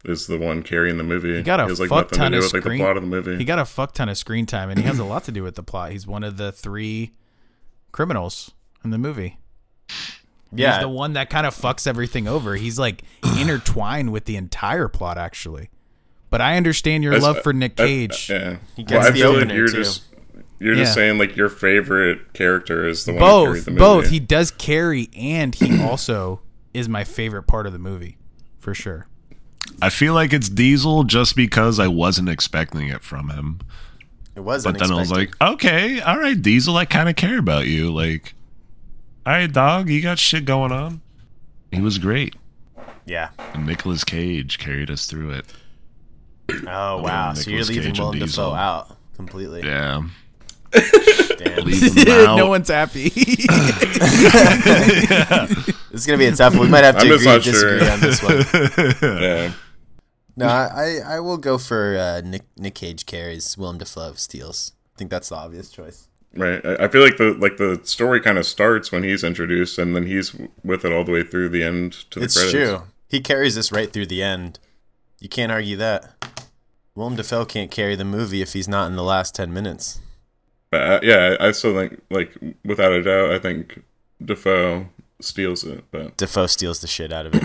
S2: is the one carrying the movie.
S4: He got a
S2: has, like,
S4: fuck
S2: nothing
S4: ton
S2: to do
S4: of
S2: with like
S4: screen.
S2: the plot of the movie.
S4: He got a fuck ton of screen time, and he has a lot to do with the plot. He's one of the three criminals in the movie.
S1: Yeah,
S4: He's the one that kind of fucks everything over. He's like intertwined with the entire plot, actually. But I understand your
S2: That's-
S4: love for Nick
S2: I- I-
S4: Cage.
S2: uh, yeah, he
S1: gets the opener,
S2: you're
S1: too.
S2: just you're just
S4: Yeah.
S2: saying like your favorite character is the one who carried
S4: both,
S2: the movie.
S4: both. He does carry, and he also is my favorite part of the movie, for sure.
S3: I feel like it's Diesel just because I wasn't expecting it from him.
S1: it was.
S3: But then I was
S1: unexpected.
S3: like, okay, all right, Diesel, I kind of care about you. Like, all right, dog, you got shit going on. He was great.
S1: yeah.
S3: And Nicolas Cage carried us through it.
S1: Oh wow! So you're
S3: Nicolas
S1: leaving
S3: Cage and
S1: Willem Dafoe
S3: Diesel.
S1: out completely.
S3: Yeah.
S1: Damn.
S3: Leave him out.
S4: no one's happy.
S1: This is gonna be a tough. one. We might have
S2: I'm
S1: to
S2: just
S1: agree
S2: not
S1: and disagree
S2: sure.
S1: on this one.
S2: yeah.
S1: No, I, I I will go for uh, Nick Nick Cage carries, Willem Dafoe steals. I think that's the obvious choice.
S2: Right. I I feel like the like the story kind of starts when he's introduced, and then he's with it all the way through the end to the
S1: it's
S2: credits.
S1: true. He carries this right through the end. You can't argue that. Willem Dafoe can't carry the movie if he's not in the last ten minutes.
S2: But uh, yeah, I I still think like without a doubt, I think Defoe steals it. But
S1: Dafoe steals the shit out of it.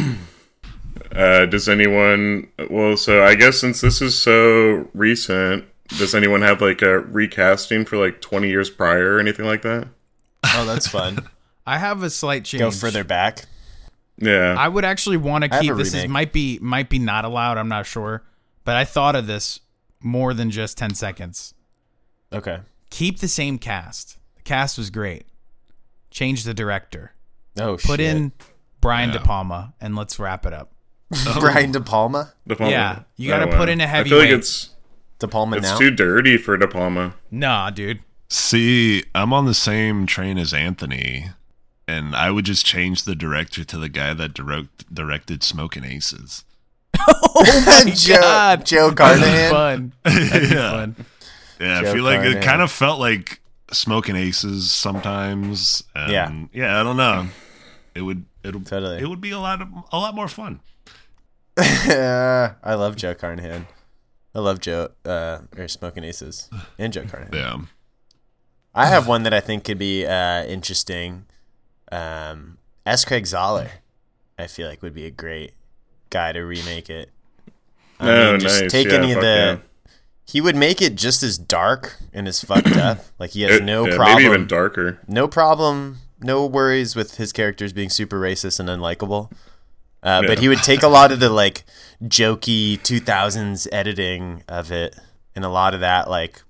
S2: uh, does anyone? Well, so I guess since this is so recent, does anyone have like a recasting for like twenty years prior or anything like that?
S1: oh, that's fun.
S4: I have a slight change.
S1: Go further back.
S2: Yeah.
S4: I would actually want
S1: I
S4: to
S1: have
S4: keep
S1: a
S4: this. Is,
S1: remake.
S4: might be might be not allowed. I'm not sure, but I thought of this more than just ten seconds.
S1: Okay.
S4: Keep the same cast. The cast was great. Change the director.
S1: Oh shit.
S4: Put in Brian De Palma, and let's wrap it up.
S1: Brian De Palma.
S2: De Palma. Oh,
S4: yeah, you gotta put in a
S2: I feel like
S4: heavyweight.
S2: it's
S1: De Palma
S2: it's
S1: now.
S2: too dirty for De Palma.
S4: Nah, dude.
S3: See, I'm on the same train as Anthony, and I would just change the director to the guy that direct, directed Smoke and Aces.
S1: Joe
S4: God.
S1: Joe
S4: That'd be
S1: Carnahan.
S4: fun. That'd be
S3: Yeah.
S4: fun.
S3: Yeah,
S1: Joe
S3: I feel like
S1: Carnahan.
S3: it kind of felt like Smoke and Aces sometimes. And
S1: Yeah.
S3: yeah, I don't know. It would it'll
S1: Totally.
S3: it would be a lot of, a lot more fun.
S1: Yeah, I love Joe Carnahan. I love Joe uh, or Smoking Aces and Joe Carnahan.
S3: Yeah.
S1: I have one that I think could be uh, interesting. Um, S. Craig Zoller, I feel like would be a great guy to remake it. I
S2: Oh, nice.
S1: take
S2: Yeah,
S1: any of
S2: fuck
S1: the. He would make it just as dark and as fucked up. Like he has
S2: It-
S1: no
S2: yeah,
S1: problem.
S2: Maybe even darker.
S1: no problem, no worries with his characters being super racist and unlikable. Uh, But
S2: Yeah.
S1: he would take a lot of the like jokey 2000s editing of it and a lot of that like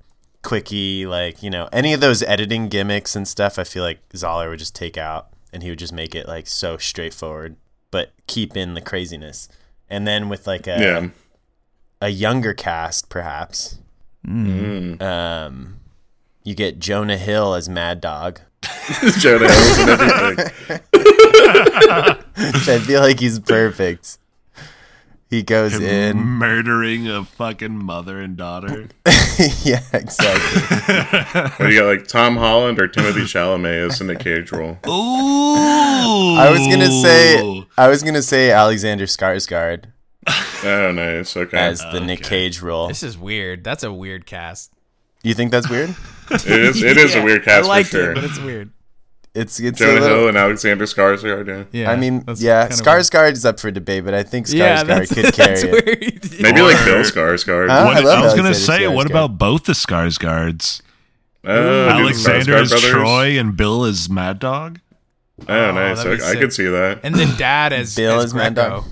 S1: quickie, like, you know, any of those editing gimmicks and stuff, I feel like Zoller would just take out and he would just make it like so straightforward, but keep in the craziness. And then with like a,
S2: Yeah.
S1: a younger cast, perhaps,
S4: Mm.
S2: Mm.
S1: um, you get Jonah Hill as Mad Dog.
S2: Jonah Hill and everything.
S1: I feel like he's perfect. He goes in.
S3: Murdering a fucking mother and daughter.
S1: yeah, exactly.
S2: What do you got like Tom Holland or Timothy Chalamet as in the cage role?
S3: Ooh. I
S1: I was gonna say I was gonna say Alexander Skarsgård
S2: Oh nice. Okay.
S1: as the
S4: Uh,
S1: Nick Cage role.
S4: This is weird. That's a weird cast.
S1: You think that's weird?
S2: it is it is
S4: Yeah,
S2: a weird cast
S4: I like
S2: for sure.
S4: it, but it's weird.
S1: It's it's
S2: Jonah
S1: a little.
S2: Hill and Alexander Skarsgård. Yeah.
S4: Yeah,
S1: I mean,
S4: that's
S1: yeah,
S4: kind of
S1: Skarsgård is up for debate, but I think Skarsgård
S4: weird. Yeah, that's,
S1: could carry
S4: that's
S1: it.
S4: weird.
S2: Maybe
S3: Or-
S2: like Bill Skarsgård.
S1: Huh? I
S3: What, I,
S1: love
S3: was gonna
S1: Alexander
S3: say, what
S1: Skarsgård.
S3: about both the Scars guards?
S2: Oh, do the
S3: Alexander
S2: Skarsgård
S3: is
S2: brothers?
S3: Troy and Bill is Mad Dog.
S2: Oh, nice.
S4: that'd be
S2: I, I could
S4: sick.
S2: see that.
S4: And the dad as
S1: Bill
S4: as
S1: is Mad
S4: Greco.
S1: Dog.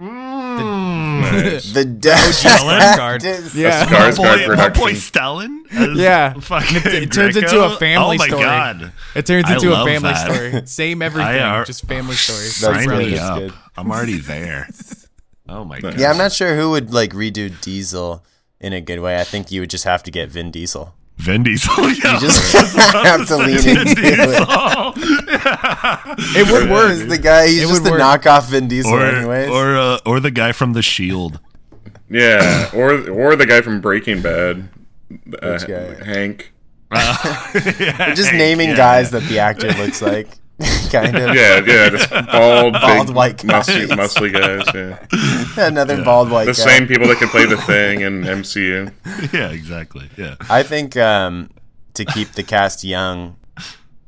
S4: Hmm.
S2: Nice.
S4: Oh,
S1: The dad.
S4: Skarsgård.
S2: Yeah.
S3: My
S2: Skarsgård
S3: boy, my boy
S2: production.
S3: Stellan. as
S4: Yeah.
S3: fucking
S4: It- it turns
S3: Greco?
S4: into a family
S3: Oh my
S4: story.
S3: god,
S4: It turns
S3: I
S4: into a
S3: love
S4: family
S3: that. uh,
S4: story. Same everything,
S3: are-
S4: just family story.
S1: That's
S3: sign
S1: really
S3: me
S1: good.
S3: up.
S1: good.
S3: I'm already there. Oh my god.
S1: Yeah, I'm not sure who would like redo Diesel in a good way. I think you would just have to get Vin Diesel.
S3: Vin Diesel. Yeah,
S1: You just
S3: I was about
S1: have to
S3: say
S1: lean
S3: Vin
S1: into
S3: Diesel.
S1: It would work. Is the guy? He's
S4: It
S1: just
S4: would
S1: the
S4: work.
S1: knockoff Vin Diesel,
S3: or
S1: anyways.
S3: or uh, or the guy from The Shield.
S2: Yeah, or or the guy from Breaking Bad, uh,
S1: Which guy?
S2: Hank.
S3: Yeah,
S1: just
S3: Hank,
S1: naming
S3: yeah.
S1: guys that the actor looks like, kind of.
S2: Yeah, yeah, just bald,
S1: Bald
S2: big,
S1: white
S2: muscly,
S1: guys.
S2: muscly guys. Yeah,
S1: Another bald white. guy.
S2: the same people that can play the thing in MCU.
S3: Yeah, exactly. Yeah.
S1: I think um, to keep the cast young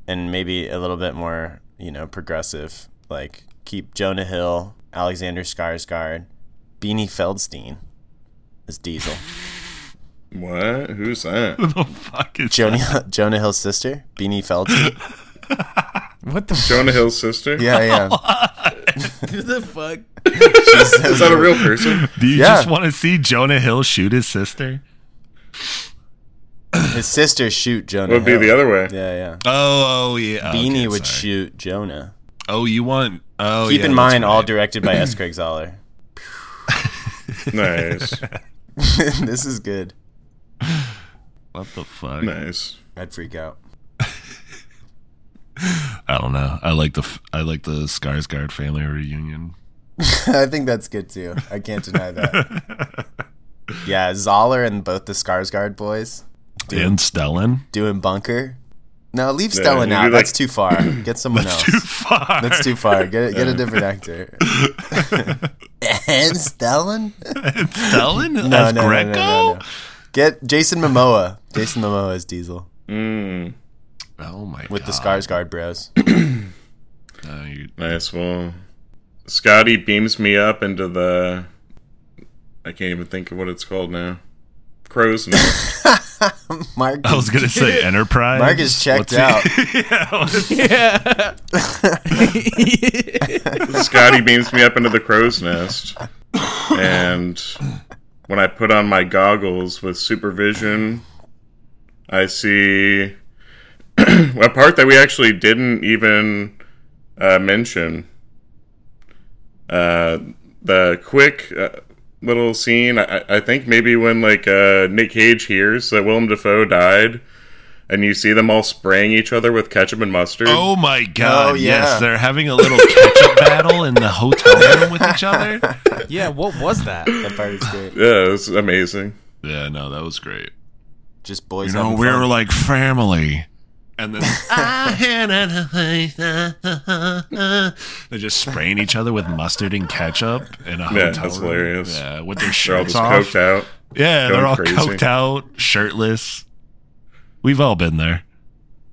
S1: and maybe a little bit more, you know, progressive, like keep Jonah Hill, Alexander Skarsgård, Beanie Feldstein as Diesel.
S2: What? Who's that?
S3: The fuck is
S1: Jonah Jonah Hill's sister, Beanie Feldstein.
S4: What the f-
S2: Jonah Hill's sister?
S1: Yeah, yeah.
S4: the fuck?
S2: Is that a real person?
S3: Do you
S1: Yeah.
S3: just want to see Jonah Hill shoot his sister?
S1: His sister shoot Jonah.
S2: Would be
S1: Hill.
S2: the other way.
S1: Yeah, yeah.
S3: Oh, oh yeah.
S1: Beanie
S3: Okay,
S1: would
S3: sorry.
S1: shoot Jonah.
S3: Oh, you want? Oh,
S1: Keep
S3: yeah,
S1: in
S3: that's
S1: mind, all
S3: right.
S1: directed by S. Craig Zoller.
S2: Nice,
S1: this is good.
S3: What the fuck?
S2: nice.
S1: I'd freak out.
S3: I don't know. I like the f- I like the Skarsgård family reunion.
S1: I think that's good too. I can't deny that. yeah, Zoller and both the Skarsgård boys
S3: And Stellan.
S1: doing bunker. No, leave
S2: Yeah,
S1: Stellan
S2: you
S1: out.
S2: do,
S1: that's
S2: like-
S1: too far. Get someone else.
S3: Too far.
S1: that's too far. Get a, get a different actor. and Stellan?
S3: Stellan
S1: No,
S3: as
S1: no, no, no,
S3: Greco.
S1: no, no. Get Jason Momoa. Jason Momoa is Diesel
S2: Mm,
S3: Oh my god.
S1: with the Skarsgård bros.
S3: No, you-
S2: nice. Well, Scotty beams me up into the. I can't even think of what it's called now. Crow's nest.
S1: Mark,
S3: I was gonna say Enterprise.
S1: Mark is checked
S3: What's he-
S1: out.
S3: yeah. what's-
S4: Yeah.
S2: Scotty beams me up into the crow's nest, and when I put on my goggles with supervision, I see a part that we actually didn't even uh, mention. Uh, the quick uh, little scene, I, I think maybe when like uh, Nick Cage hears that Willem Dafoe died, and you see them all spraying each other with ketchup and mustard.
S3: Oh my god.
S1: Oh, yeah.
S3: Yes, they're having a little ketchup battle in the hotel room with each other.
S4: yeah, what was that?
S1: That part is great.
S2: Yeah, it's amazing.
S3: Yeah. No, that was great.
S1: Just boys.
S3: You know,
S1: having
S3: we
S1: fun.
S3: were like family. And then they're just spraying each other with mustard and ketchup in a hotel
S2: that's
S3: room.
S2: hilarious.
S3: Yeah, with their
S2: They're all
S3: shirts
S2: just
S3: off.
S2: coked out.
S3: Yeah,
S2: going
S3: they're all
S2: crazy.
S3: coked out, shirtless. We've all been there.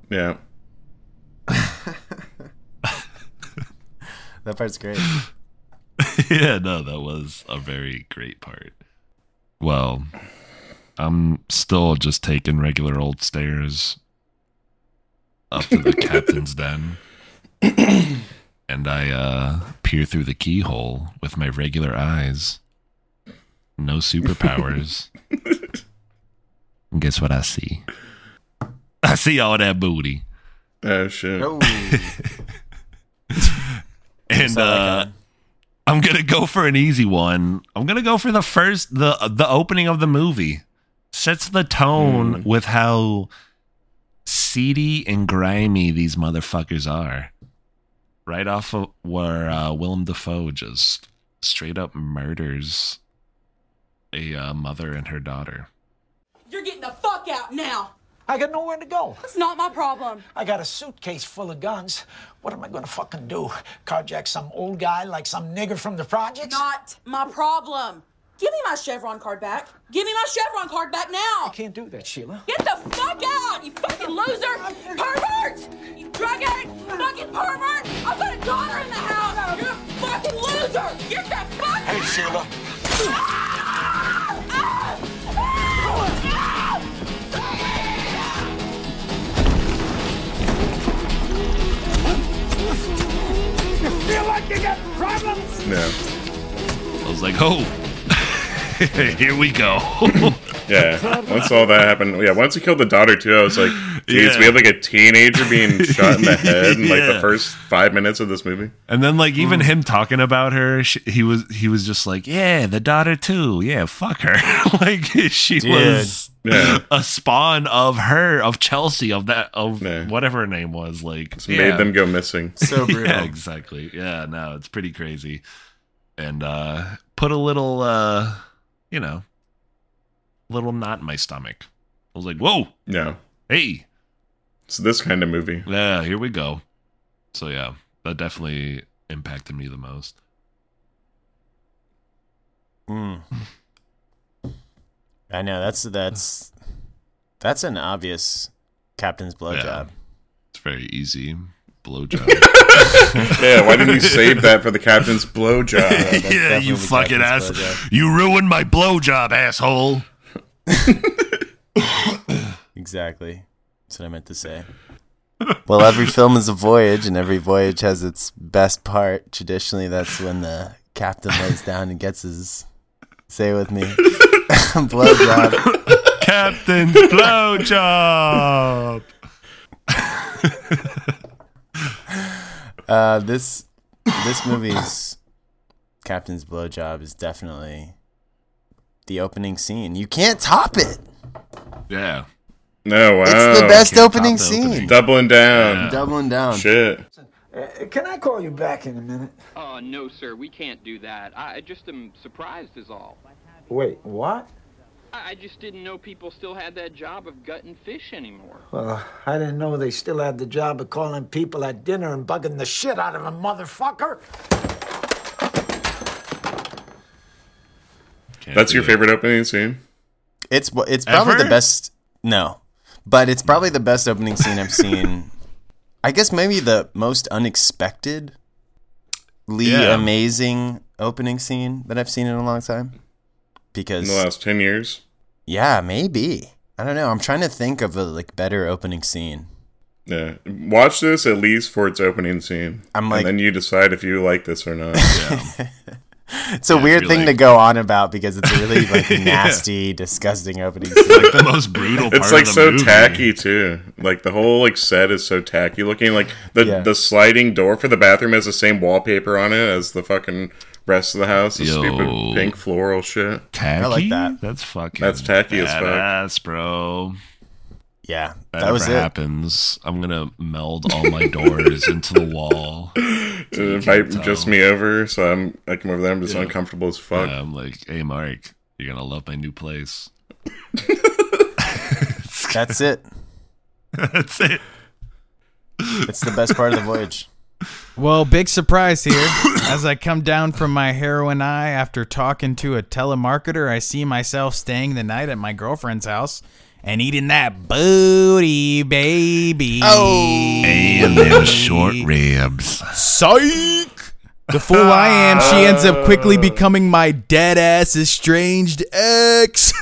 S2: Yeah.
S1: That part's great.
S3: yeah, no, that was a very great part. Well, I'm still just taking regular old stairs up to the captain's den. And I uh, peer through the keyhole with my regular eyes. No superpowers. and guess what I see? I see all that booty.
S2: Oh shit.
S1: Oh,
S3: And uh, I'm gonna go for an easy one. I'm gonna go for the first the the opening of the movie. Sets the tone with how seedy and grimy these motherfuckers are. Right off of where uh, Willem Dafoe just straight up murders a uh, mother and her daughter.
S10: You're getting the fuck out now.
S8: I got nowhere to go.
S10: It's not my problem.
S8: I got a suitcase full of guns. What am I gonna fucking do? Carjack some old guy like some nigger from the projects?
S10: Not my problem. Give me my Chevron card back. Give me my Chevron card back now.
S8: Can't do that, Sheila.
S10: Get the fuck out, you fucking loser, pervert, you drug addict, fucking pervert. I've got a daughter in the house. You're a fucking loser. Get the fuck
S8: Hey,
S10: out.
S8: Sheila.
S2: Yeah.
S3: I was like, oh, here we go.
S2: Yeah, once all that happened, yeah, once he killed the daughter too, I was like, "Geez,
S3: Yeah.
S2: we have like a teenager being shot in the head in like
S3: Yeah.
S2: the first five minutes of this movie."
S3: And then like even
S2: Mm.
S3: him talking about her, sh he was he was just like, yeah, the daughter too, yeah, fuck her, like she
S2: Dude.
S3: was
S2: Yeah.
S3: a spawn of her, of Chelsea, of that, of
S2: Yeah.
S3: whatever her name was, like
S2: It's made them go missing.
S1: So
S3: yeah,
S1: brutal.
S3: exactly. Yeah, no, it's pretty crazy, and uh put a little, uh you know, little knot in my stomach. I was like, whoa,
S2: No,
S3: hey,
S2: it's this kind of movie.
S3: yeah, here we go. So yeah, that definitely impacted me the most.
S1: Mm. I know that's that's that's an obvious captain's blow
S3: Yeah.
S1: job.
S3: It's very easy. Blowjob.
S2: Yeah, why didn't you save that for the captain's blowjob?
S1: That's
S3: yeah,
S1: definitely
S3: you
S1: the
S3: fucking
S1: captain's
S3: ass.
S1: blowjob.
S3: You ruined my blowjob, asshole.
S1: Exactly. That's what I meant to say. well, every film is a voyage, and every voyage has its best part. Traditionally, that's when the captain lays down and gets his say with me blow job.
S3: Captain's blowjob.
S1: Uh, this this movie's captain's blowjob is definitely the opening scene. You can't top it.
S3: Yeah.
S2: No, wow,
S1: It's the best
S3: Oh, can't top
S1: opening
S3: the
S1: scene.
S3: opening.
S2: Doubling down,
S1: Doubling down.
S2: shit.
S8: Uh, can I call you back in a minute?
S11: Oh, no, sir, we can't do that. I I just am surprised, is all.
S8: Wait, what?
S11: I I just didn't know people still had that job of gutting fish anymore.
S8: Well, I didn't know they still had the job of calling people at dinner and bugging the shit out of a motherfucker.
S3: Can't
S2: That's
S3: do
S2: your
S3: it.
S2: favorite opening scene.
S1: It's it's probably
S3: Ever?
S1: the best. No, but it's probably the best opening scene I've seen. I guess maybe the most unexpectedly
S3: Yeah.
S1: amazing opening scene that I've seen in a long time.
S2: in
S1: Because
S2: the last 10 years.
S1: yeah, maybe I don't know. I'm trying to think of a like better opening scene.
S2: Yeah. Watch this at least for its opening scene.
S1: I'm like-
S2: and then you decide if you like this or not.
S1: It's a weird
S3: you're
S1: thing to
S3: like-
S1: go on about because it's a really like nasty, disgusting opening scene.
S3: Like the most brutal. Part
S2: it's like
S3: of the
S2: so
S3: movie.
S2: tacky too. Like the whole like set is so tacky looking. Like the
S1: Yeah.
S2: the sliding door for the bathroom has the same wallpaper on it as the fucking rest of the house. The
S3: Yo.
S2: stupid pink floral shit.
S3: Tacky.
S1: I like that.
S3: That's fucking.
S2: That's tacky as fuck.
S3: badass, bro.
S1: yeah, that,
S3: That, ever
S1: was it.
S3: happens. I'm gonna meld all my doors into the wall.
S2: It invite just me over, so I'm I come over there. I'm just uncomfortable as fuck.
S3: Yeah, I'm like, hey, Mark, you're gonna love my new place.
S1: That's it.
S3: That's it.
S1: It's the best part of the voyage.
S4: Well, big surprise here. As I come down from my heroin high after talking to a telemarketer, I see myself staying the night at my girlfriend's house and eating that booty, baby.
S3: And them short ribs.
S4: Psych! The fool I am, she ends up quickly becoming my dead ass estranged ex.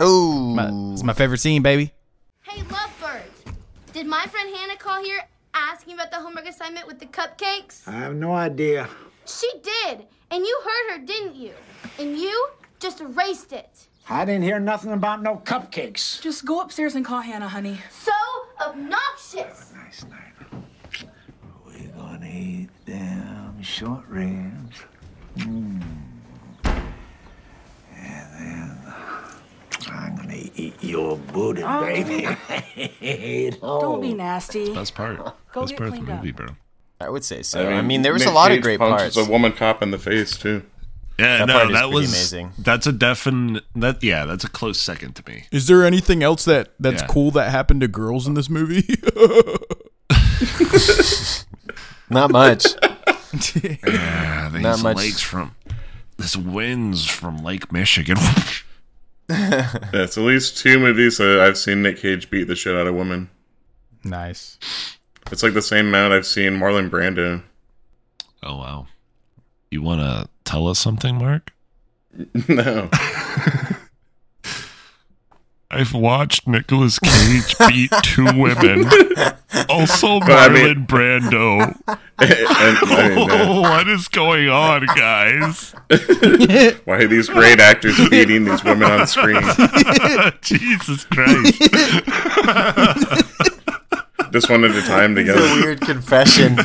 S1: Ooh,
S4: it's my favorite scene, baby.
S12: Hey, lovebirds! Did my friend Hannah call here asking about the homework assignment with the cupcakes?
S8: I have no idea.
S12: She did, and you heard her, didn't you? And you just erased it.
S8: I didn't hear nothing about no cupcakes.
S13: Just go upstairs and call Hannah, honey.
S12: So obnoxious!
S8: We're gonna eat them short ribs. Hmm. And then I'm gonna eat your booty, baby.
S13: Oh. Don't be nasty.
S3: Best part.
S13: Go
S3: Best
S13: get
S3: part of the
S13: cleaned up.
S3: movie, bro.
S1: I would say so. I mean, there was a lot of
S2: Nick
S1: great
S2: Cage
S1: parts.
S2: punches A woman cop in the face too.
S3: Yeah,
S1: That
S3: no,
S1: part is
S3: that
S1: pretty
S3: was
S1: amazing.
S3: That's a definite. That yeah, that's a close second to me.
S4: Is there anything else that that's
S3: Yeah.
S4: cool that happened to girls in this movie?
S1: Not much.
S3: Yeah, these
S1: Not much-
S3: lakes from this winds from Lake Michigan.
S2: Yeah, it's at least two movies that I've seen Nick Cage beat the shit out of women.
S4: nice.
S2: It's like the same amount I've seen Marlon Brando.
S3: oh wow. You want to tell us something, Mark?
S2: no.
S3: I I've watched Nicolas Cage beat two women, also Marlon
S2: Well, I mean-
S3: Brando.
S2: I mean, uh,
S3: Oh, what is going on, guys?
S2: Why are these great actors beating these women on screen?
S3: Jesus Christ!
S2: Just one at a time together.
S1: It's a weird confession.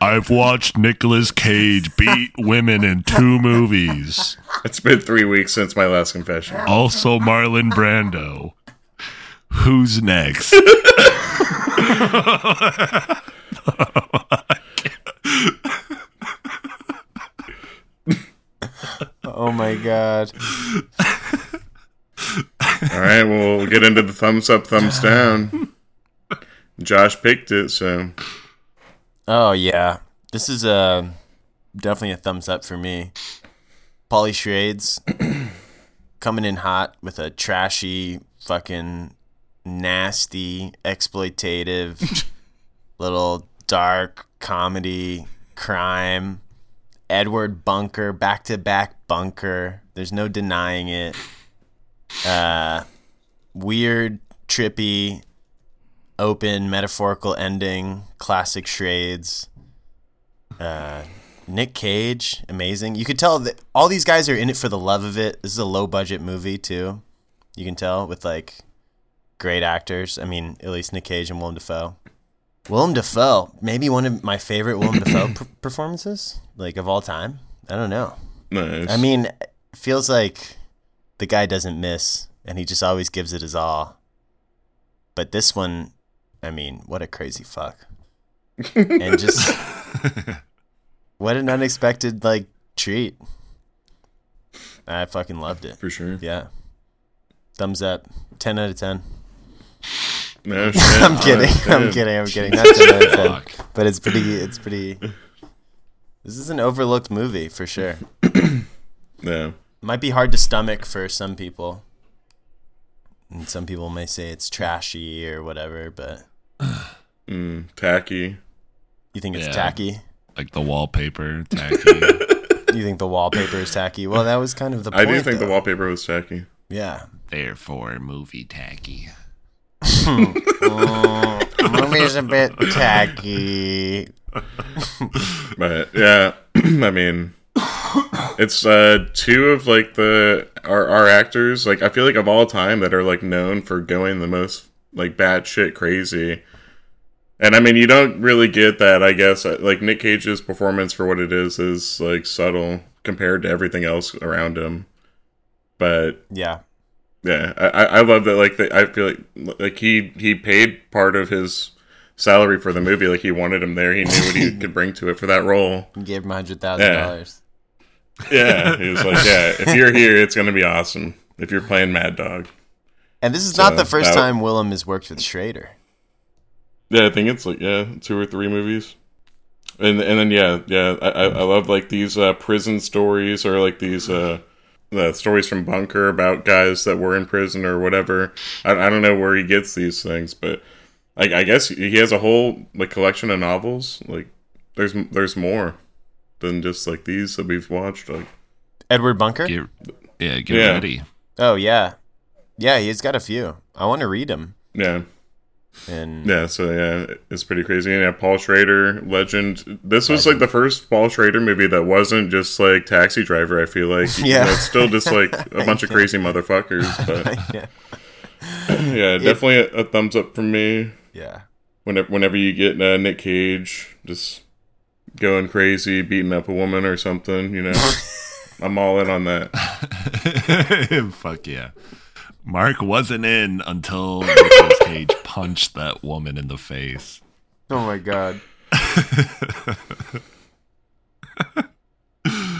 S3: I've watched Nicolas Cage beat women in two movies.
S2: It's been three weeks since my last confession.
S3: Also, Marlon Brando. Who's next?
S1: oh my god.
S2: All right, well, we'll get into the thumbs up, thumbs down. Josh picked it, so
S1: Oh yeah, this is a definitely a thumbs up for me. Polly Shrades coming in hot with a trashy, fucking nasty, exploitative, little dark comedy crime. Edward Bunker, back to back Bunker. There's no denying it. Uh, weird, trippy, open metaphorical ending, classic charades. Uh, Nick Cage, amazing. You could tell that all these guys are in it for the love of it. This is a low budget movie too. You can tell with like great actors. I mean, at least Nick Cage and Willem Dafoe. Willem Dafoe, maybe one of my favorite Willem Dafoe per- performances, like of all time. I don't know.
S2: Nice.
S1: I mean, it feels like the guy doesn't miss, and he just always gives it his all. But this one, I mean, what a crazy fuck, and just what an unexpected like treat. I fucking loved it
S2: for sure.
S1: Yeah, thumbs up, ten out of ten.
S2: No shit.
S1: I'm kidding. I'm
S2: Damn.
S1: kidding. I'm kidding. Not 10 out of
S2: Fuck.
S1: 10. But it's pretty. It's pretty. This is an overlooked movie for sure.
S2: Yeah.
S1: Might be hard to stomach for some people. And some people may say it's trashy or whatever, but
S2: Mm, tacky.
S1: you think it's
S3: Yeah.
S1: tacky?
S3: Like the wallpaper, tacky.
S1: You think the wallpaper is tacky? Well, that was kind of the
S2: I
S1: point.
S2: do think
S1: though.
S2: the wallpaper was tacky.
S1: Yeah.
S3: Therefore, movie tacky.
S1: movie's a bit tacky.
S2: But yeah, I mean, it's uh two of like the our our actors. Like I feel like of all time that are like known for going the most like bad shit crazy. And I mean, you don't really get that, I guess. Uh, Like Nick Cage's performance for what it is is like subtle compared to everything else around him. But
S1: Yeah.
S2: Yeah, I, I I love that. Like, the, I feel like like he he paid part of his salary for the movie. Like, he wanted him there. He knew what he could bring to it for that role.
S1: You gave him hundred thousand
S2: Yeah,
S1: dollars.
S2: yeah. He was like, yeah, if you're here, it's gonna be awesome. If you're playing Mad Dog,
S1: And this is
S2: So,
S1: not the first
S2: that-
S1: time Willem has worked with Schrader.
S2: Yeah, I think it's like yeah, two or three movies. And and then yeah, yeah, I I I love like these uh, prison stories or like these uh, uh stories from bunker about guys that were in prison or whatever. I I don't know where he gets these things, but I I guess he has a whole like collection of novels. Like there's there's more than just like these that we've watched. Like
S1: Edward Bunker.
S3: yeah, get
S2: Yeah.
S3: ready.
S1: Oh yeah, yeah. He's got a few. I want to read them.
S2: yeah.
S1: And
S2: Yeah, so yeah, it's pretty crazy. And yeah, Paul Schrader, legend. This was like the first Paul Schrader movie that wasn't just like Taxi Driver. I feel like, You
S1: Yeah.
S2: know, it's still just like a bunch of crazy motherfuckers. But
S1: yeah,
S2: definitely a, a thumbs up from me.
S1: Yeah.
S2: Whenever, whenever you get uh, Nick Cage just going crazy, beating up a woman or something, you know, I'm all in on that.
S3: Fuck yeah. Mark wasn't in until Nicolas Cage punched that woman in the face.
S1: Oh my god.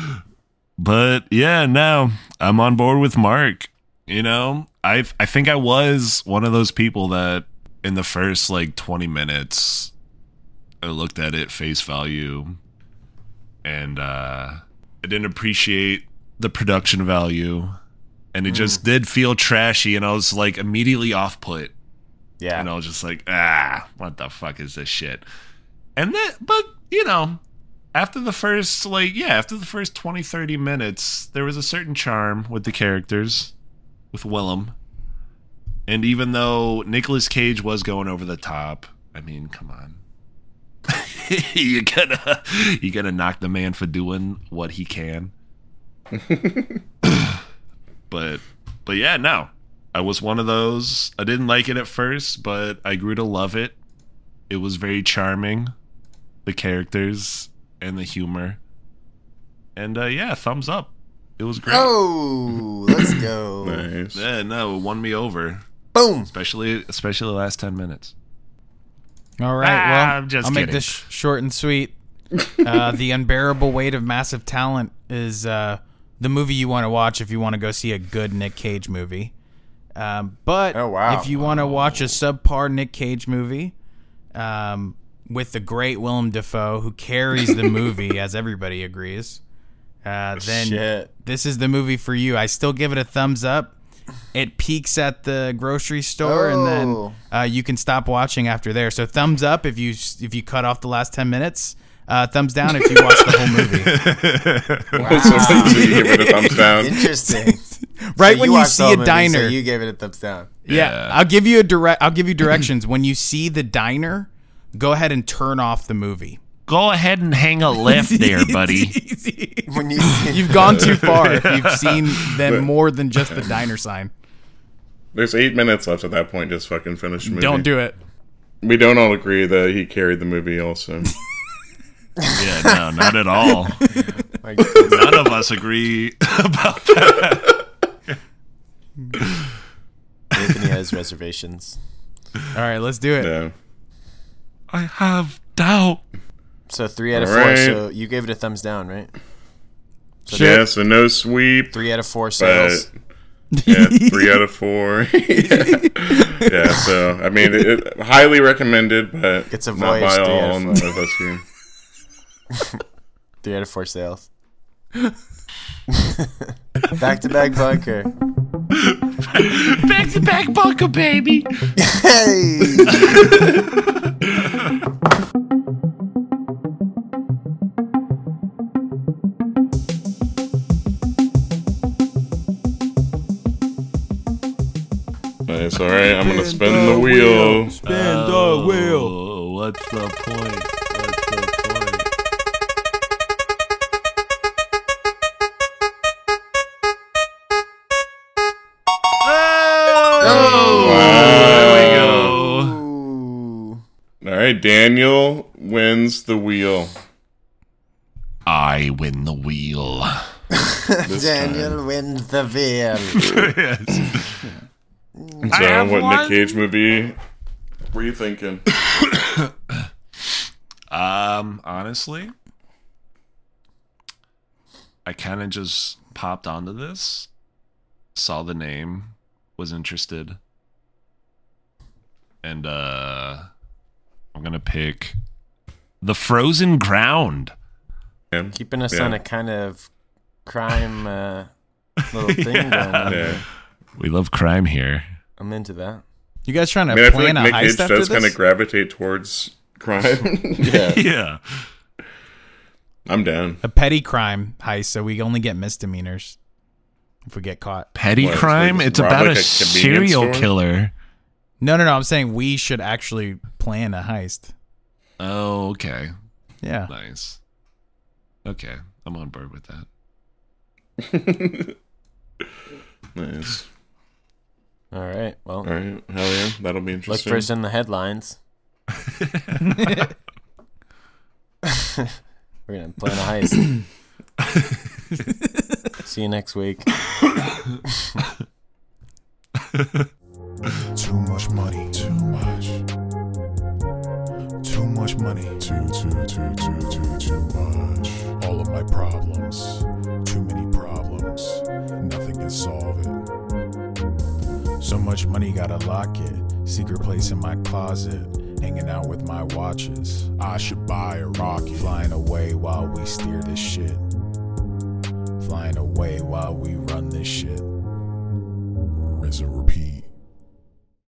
S3: But yeah, no, I'm on board with Mark. You know, I I think I was one of those people that in the first like 20 minutes I looked at it face value and uh I didn't appreciate the production value and it just did feel trashy and I was like immediately off put.
S1: Yeah.
S3: And I was just like, "Ah, what the fuck is this shit?" And that but, you know, after the first like yeah after the first 20 30 minutes there was a certain charm with the characters with Willem. And even though Nicolas Cage was going over the top, I mean, come on. you gotta you gotta knock the man for doing what he can. but but yeah, no. I was one of those. I didn't like it at first, but I grew to love it. It was very charming, the characters and the humor. And uh, yeah, thumbs up. It was great.
S1: Oh, let's go.
S3: Yeah, no, it won me over.
S1: Boom.
S3: Especially especially the last 10 minutes.
S4: All right.
S3: Ah,
S4: well,
S3: I'm just
S4: will
S3: kidding.
S4: make this sh- short and sweet. Uh, the unbearable weight of massive talent is uh, the movie you want to watch if you want to go see a good Nick Cage movie. Um, but if you want to watch a subpar Nick Cage movie um, with the great Willem Dafoe, who carries the movie, as everybody agrees, uh, then
S1: Shit.
S4: this is the movie for you. I still give it a thumbs up. It peaks at the grocery store, and
S1: Oh.
S4: then uh, you can stop watching after there. So thumbs up if you if you cut off the last ten minutes. Uh, thumbs down if you watch the whole movie.
S2: Wow. So basically you give it a thumbs down.
S1: Interesting.
S4: right
S1: So
S4: when you,
S1: watched the
S4: see
S1: whole
S4: a
S1: movie, so
S4: diner,
S1: you gave it a thumbs down.
S4: yeah. I'll give you a direct. I'll give you directions. when you see the diner, go ahead and turn off the movie.
S3: Go ahead and hang a left there, buddy.
S1: When you see-
S4: You've gone too far if you've seen them more than just the diner sign.
S2: There's eight minutes left at that point. Just fucking finish the movie.
S4: Don't do it.
S2: We don't all agree that he carried the movie. Also,
S3: yeah, no, not at all. None of us agree about that.
S1: Anthony has reservations.
S4: All right, let's do it.
S3: I have doubt.
S1: So three out of
S2: All
S1: four.
S2: right.
S1: So you gave it a thumbs down, right? So
S2: Yeah, so no sweep.
S1: Three out of four sales.
S2: but- yeah, three out of four. yeah. so I mean, it, it- highly recommended, but
S1: It's a
S2: not
S1: voyage,
S2: by
S1: three out
S2: all
S1: of
S2: of us here.
S1: Three out of four sales. back to back bunker.
S10: Back to back bunker, baby.
S1: Hey.
S2: Nice. All right, I'm gonna spin the wheel.
S3: oh, wheel. What's the point? What's the point?
S1: Oh!
S2: All right, Daniel wins the wheel.
S3: I win the wheel.
S1: Daniel wins the veil.
S2: So, what Nick Cage movie were you thinking?
S3: Um, honestly, I kind of just popped onto this, saw the name, was interested, and uh, I'm gonna pick the Frozen Ground.
S1: Keeping us on a kind of crime uh, little thing going on. here.
S3: We love crime here.
S1: I'm into that.
S4: You guys trying to
S2: I mean, I feel
S4: plan
S2: like Nick
S4: a heist
S2: Cage
S4: after
S2: does kind
S4: this?
S2: of gravitate towards crime. yeah,
S3: yeah.
S2: I'm down.
S4: A petty crime heist, so we only get misdemeanors if we get caught.
S3: Petty
S2: What,
S3: crime?
S2: like
S3: It's
S2: rob,
S3: about
S2: like,
S3: a,
S2: a convenience
S3: serial
S2: store?
S3: killer.
S4: No, no, no. I'm saying we should actually plan a heist.
S3: Oh, okay.
S4: Yeah.
S3: Nice. Okay, I'm on board with that.
S2: Nice.
S1: All right. Well.
S2: All right, hell yeah, that'll be
S1: Look
S2: interesting.
S1: first in the headlines. We're gonna plan a heist. See you next week.
S9: Too much money. Too much. Too much money. Too, too, too, too, too, too much. All of my problems. Too many problems. Nothing can solve it.
S14: So much money, gotta lock it. Secret place in my closet. Hanging out with my watches. I should buy a rocket. Flying away while we steer this shit. Flying away while we run this shit. Rinse and repeat.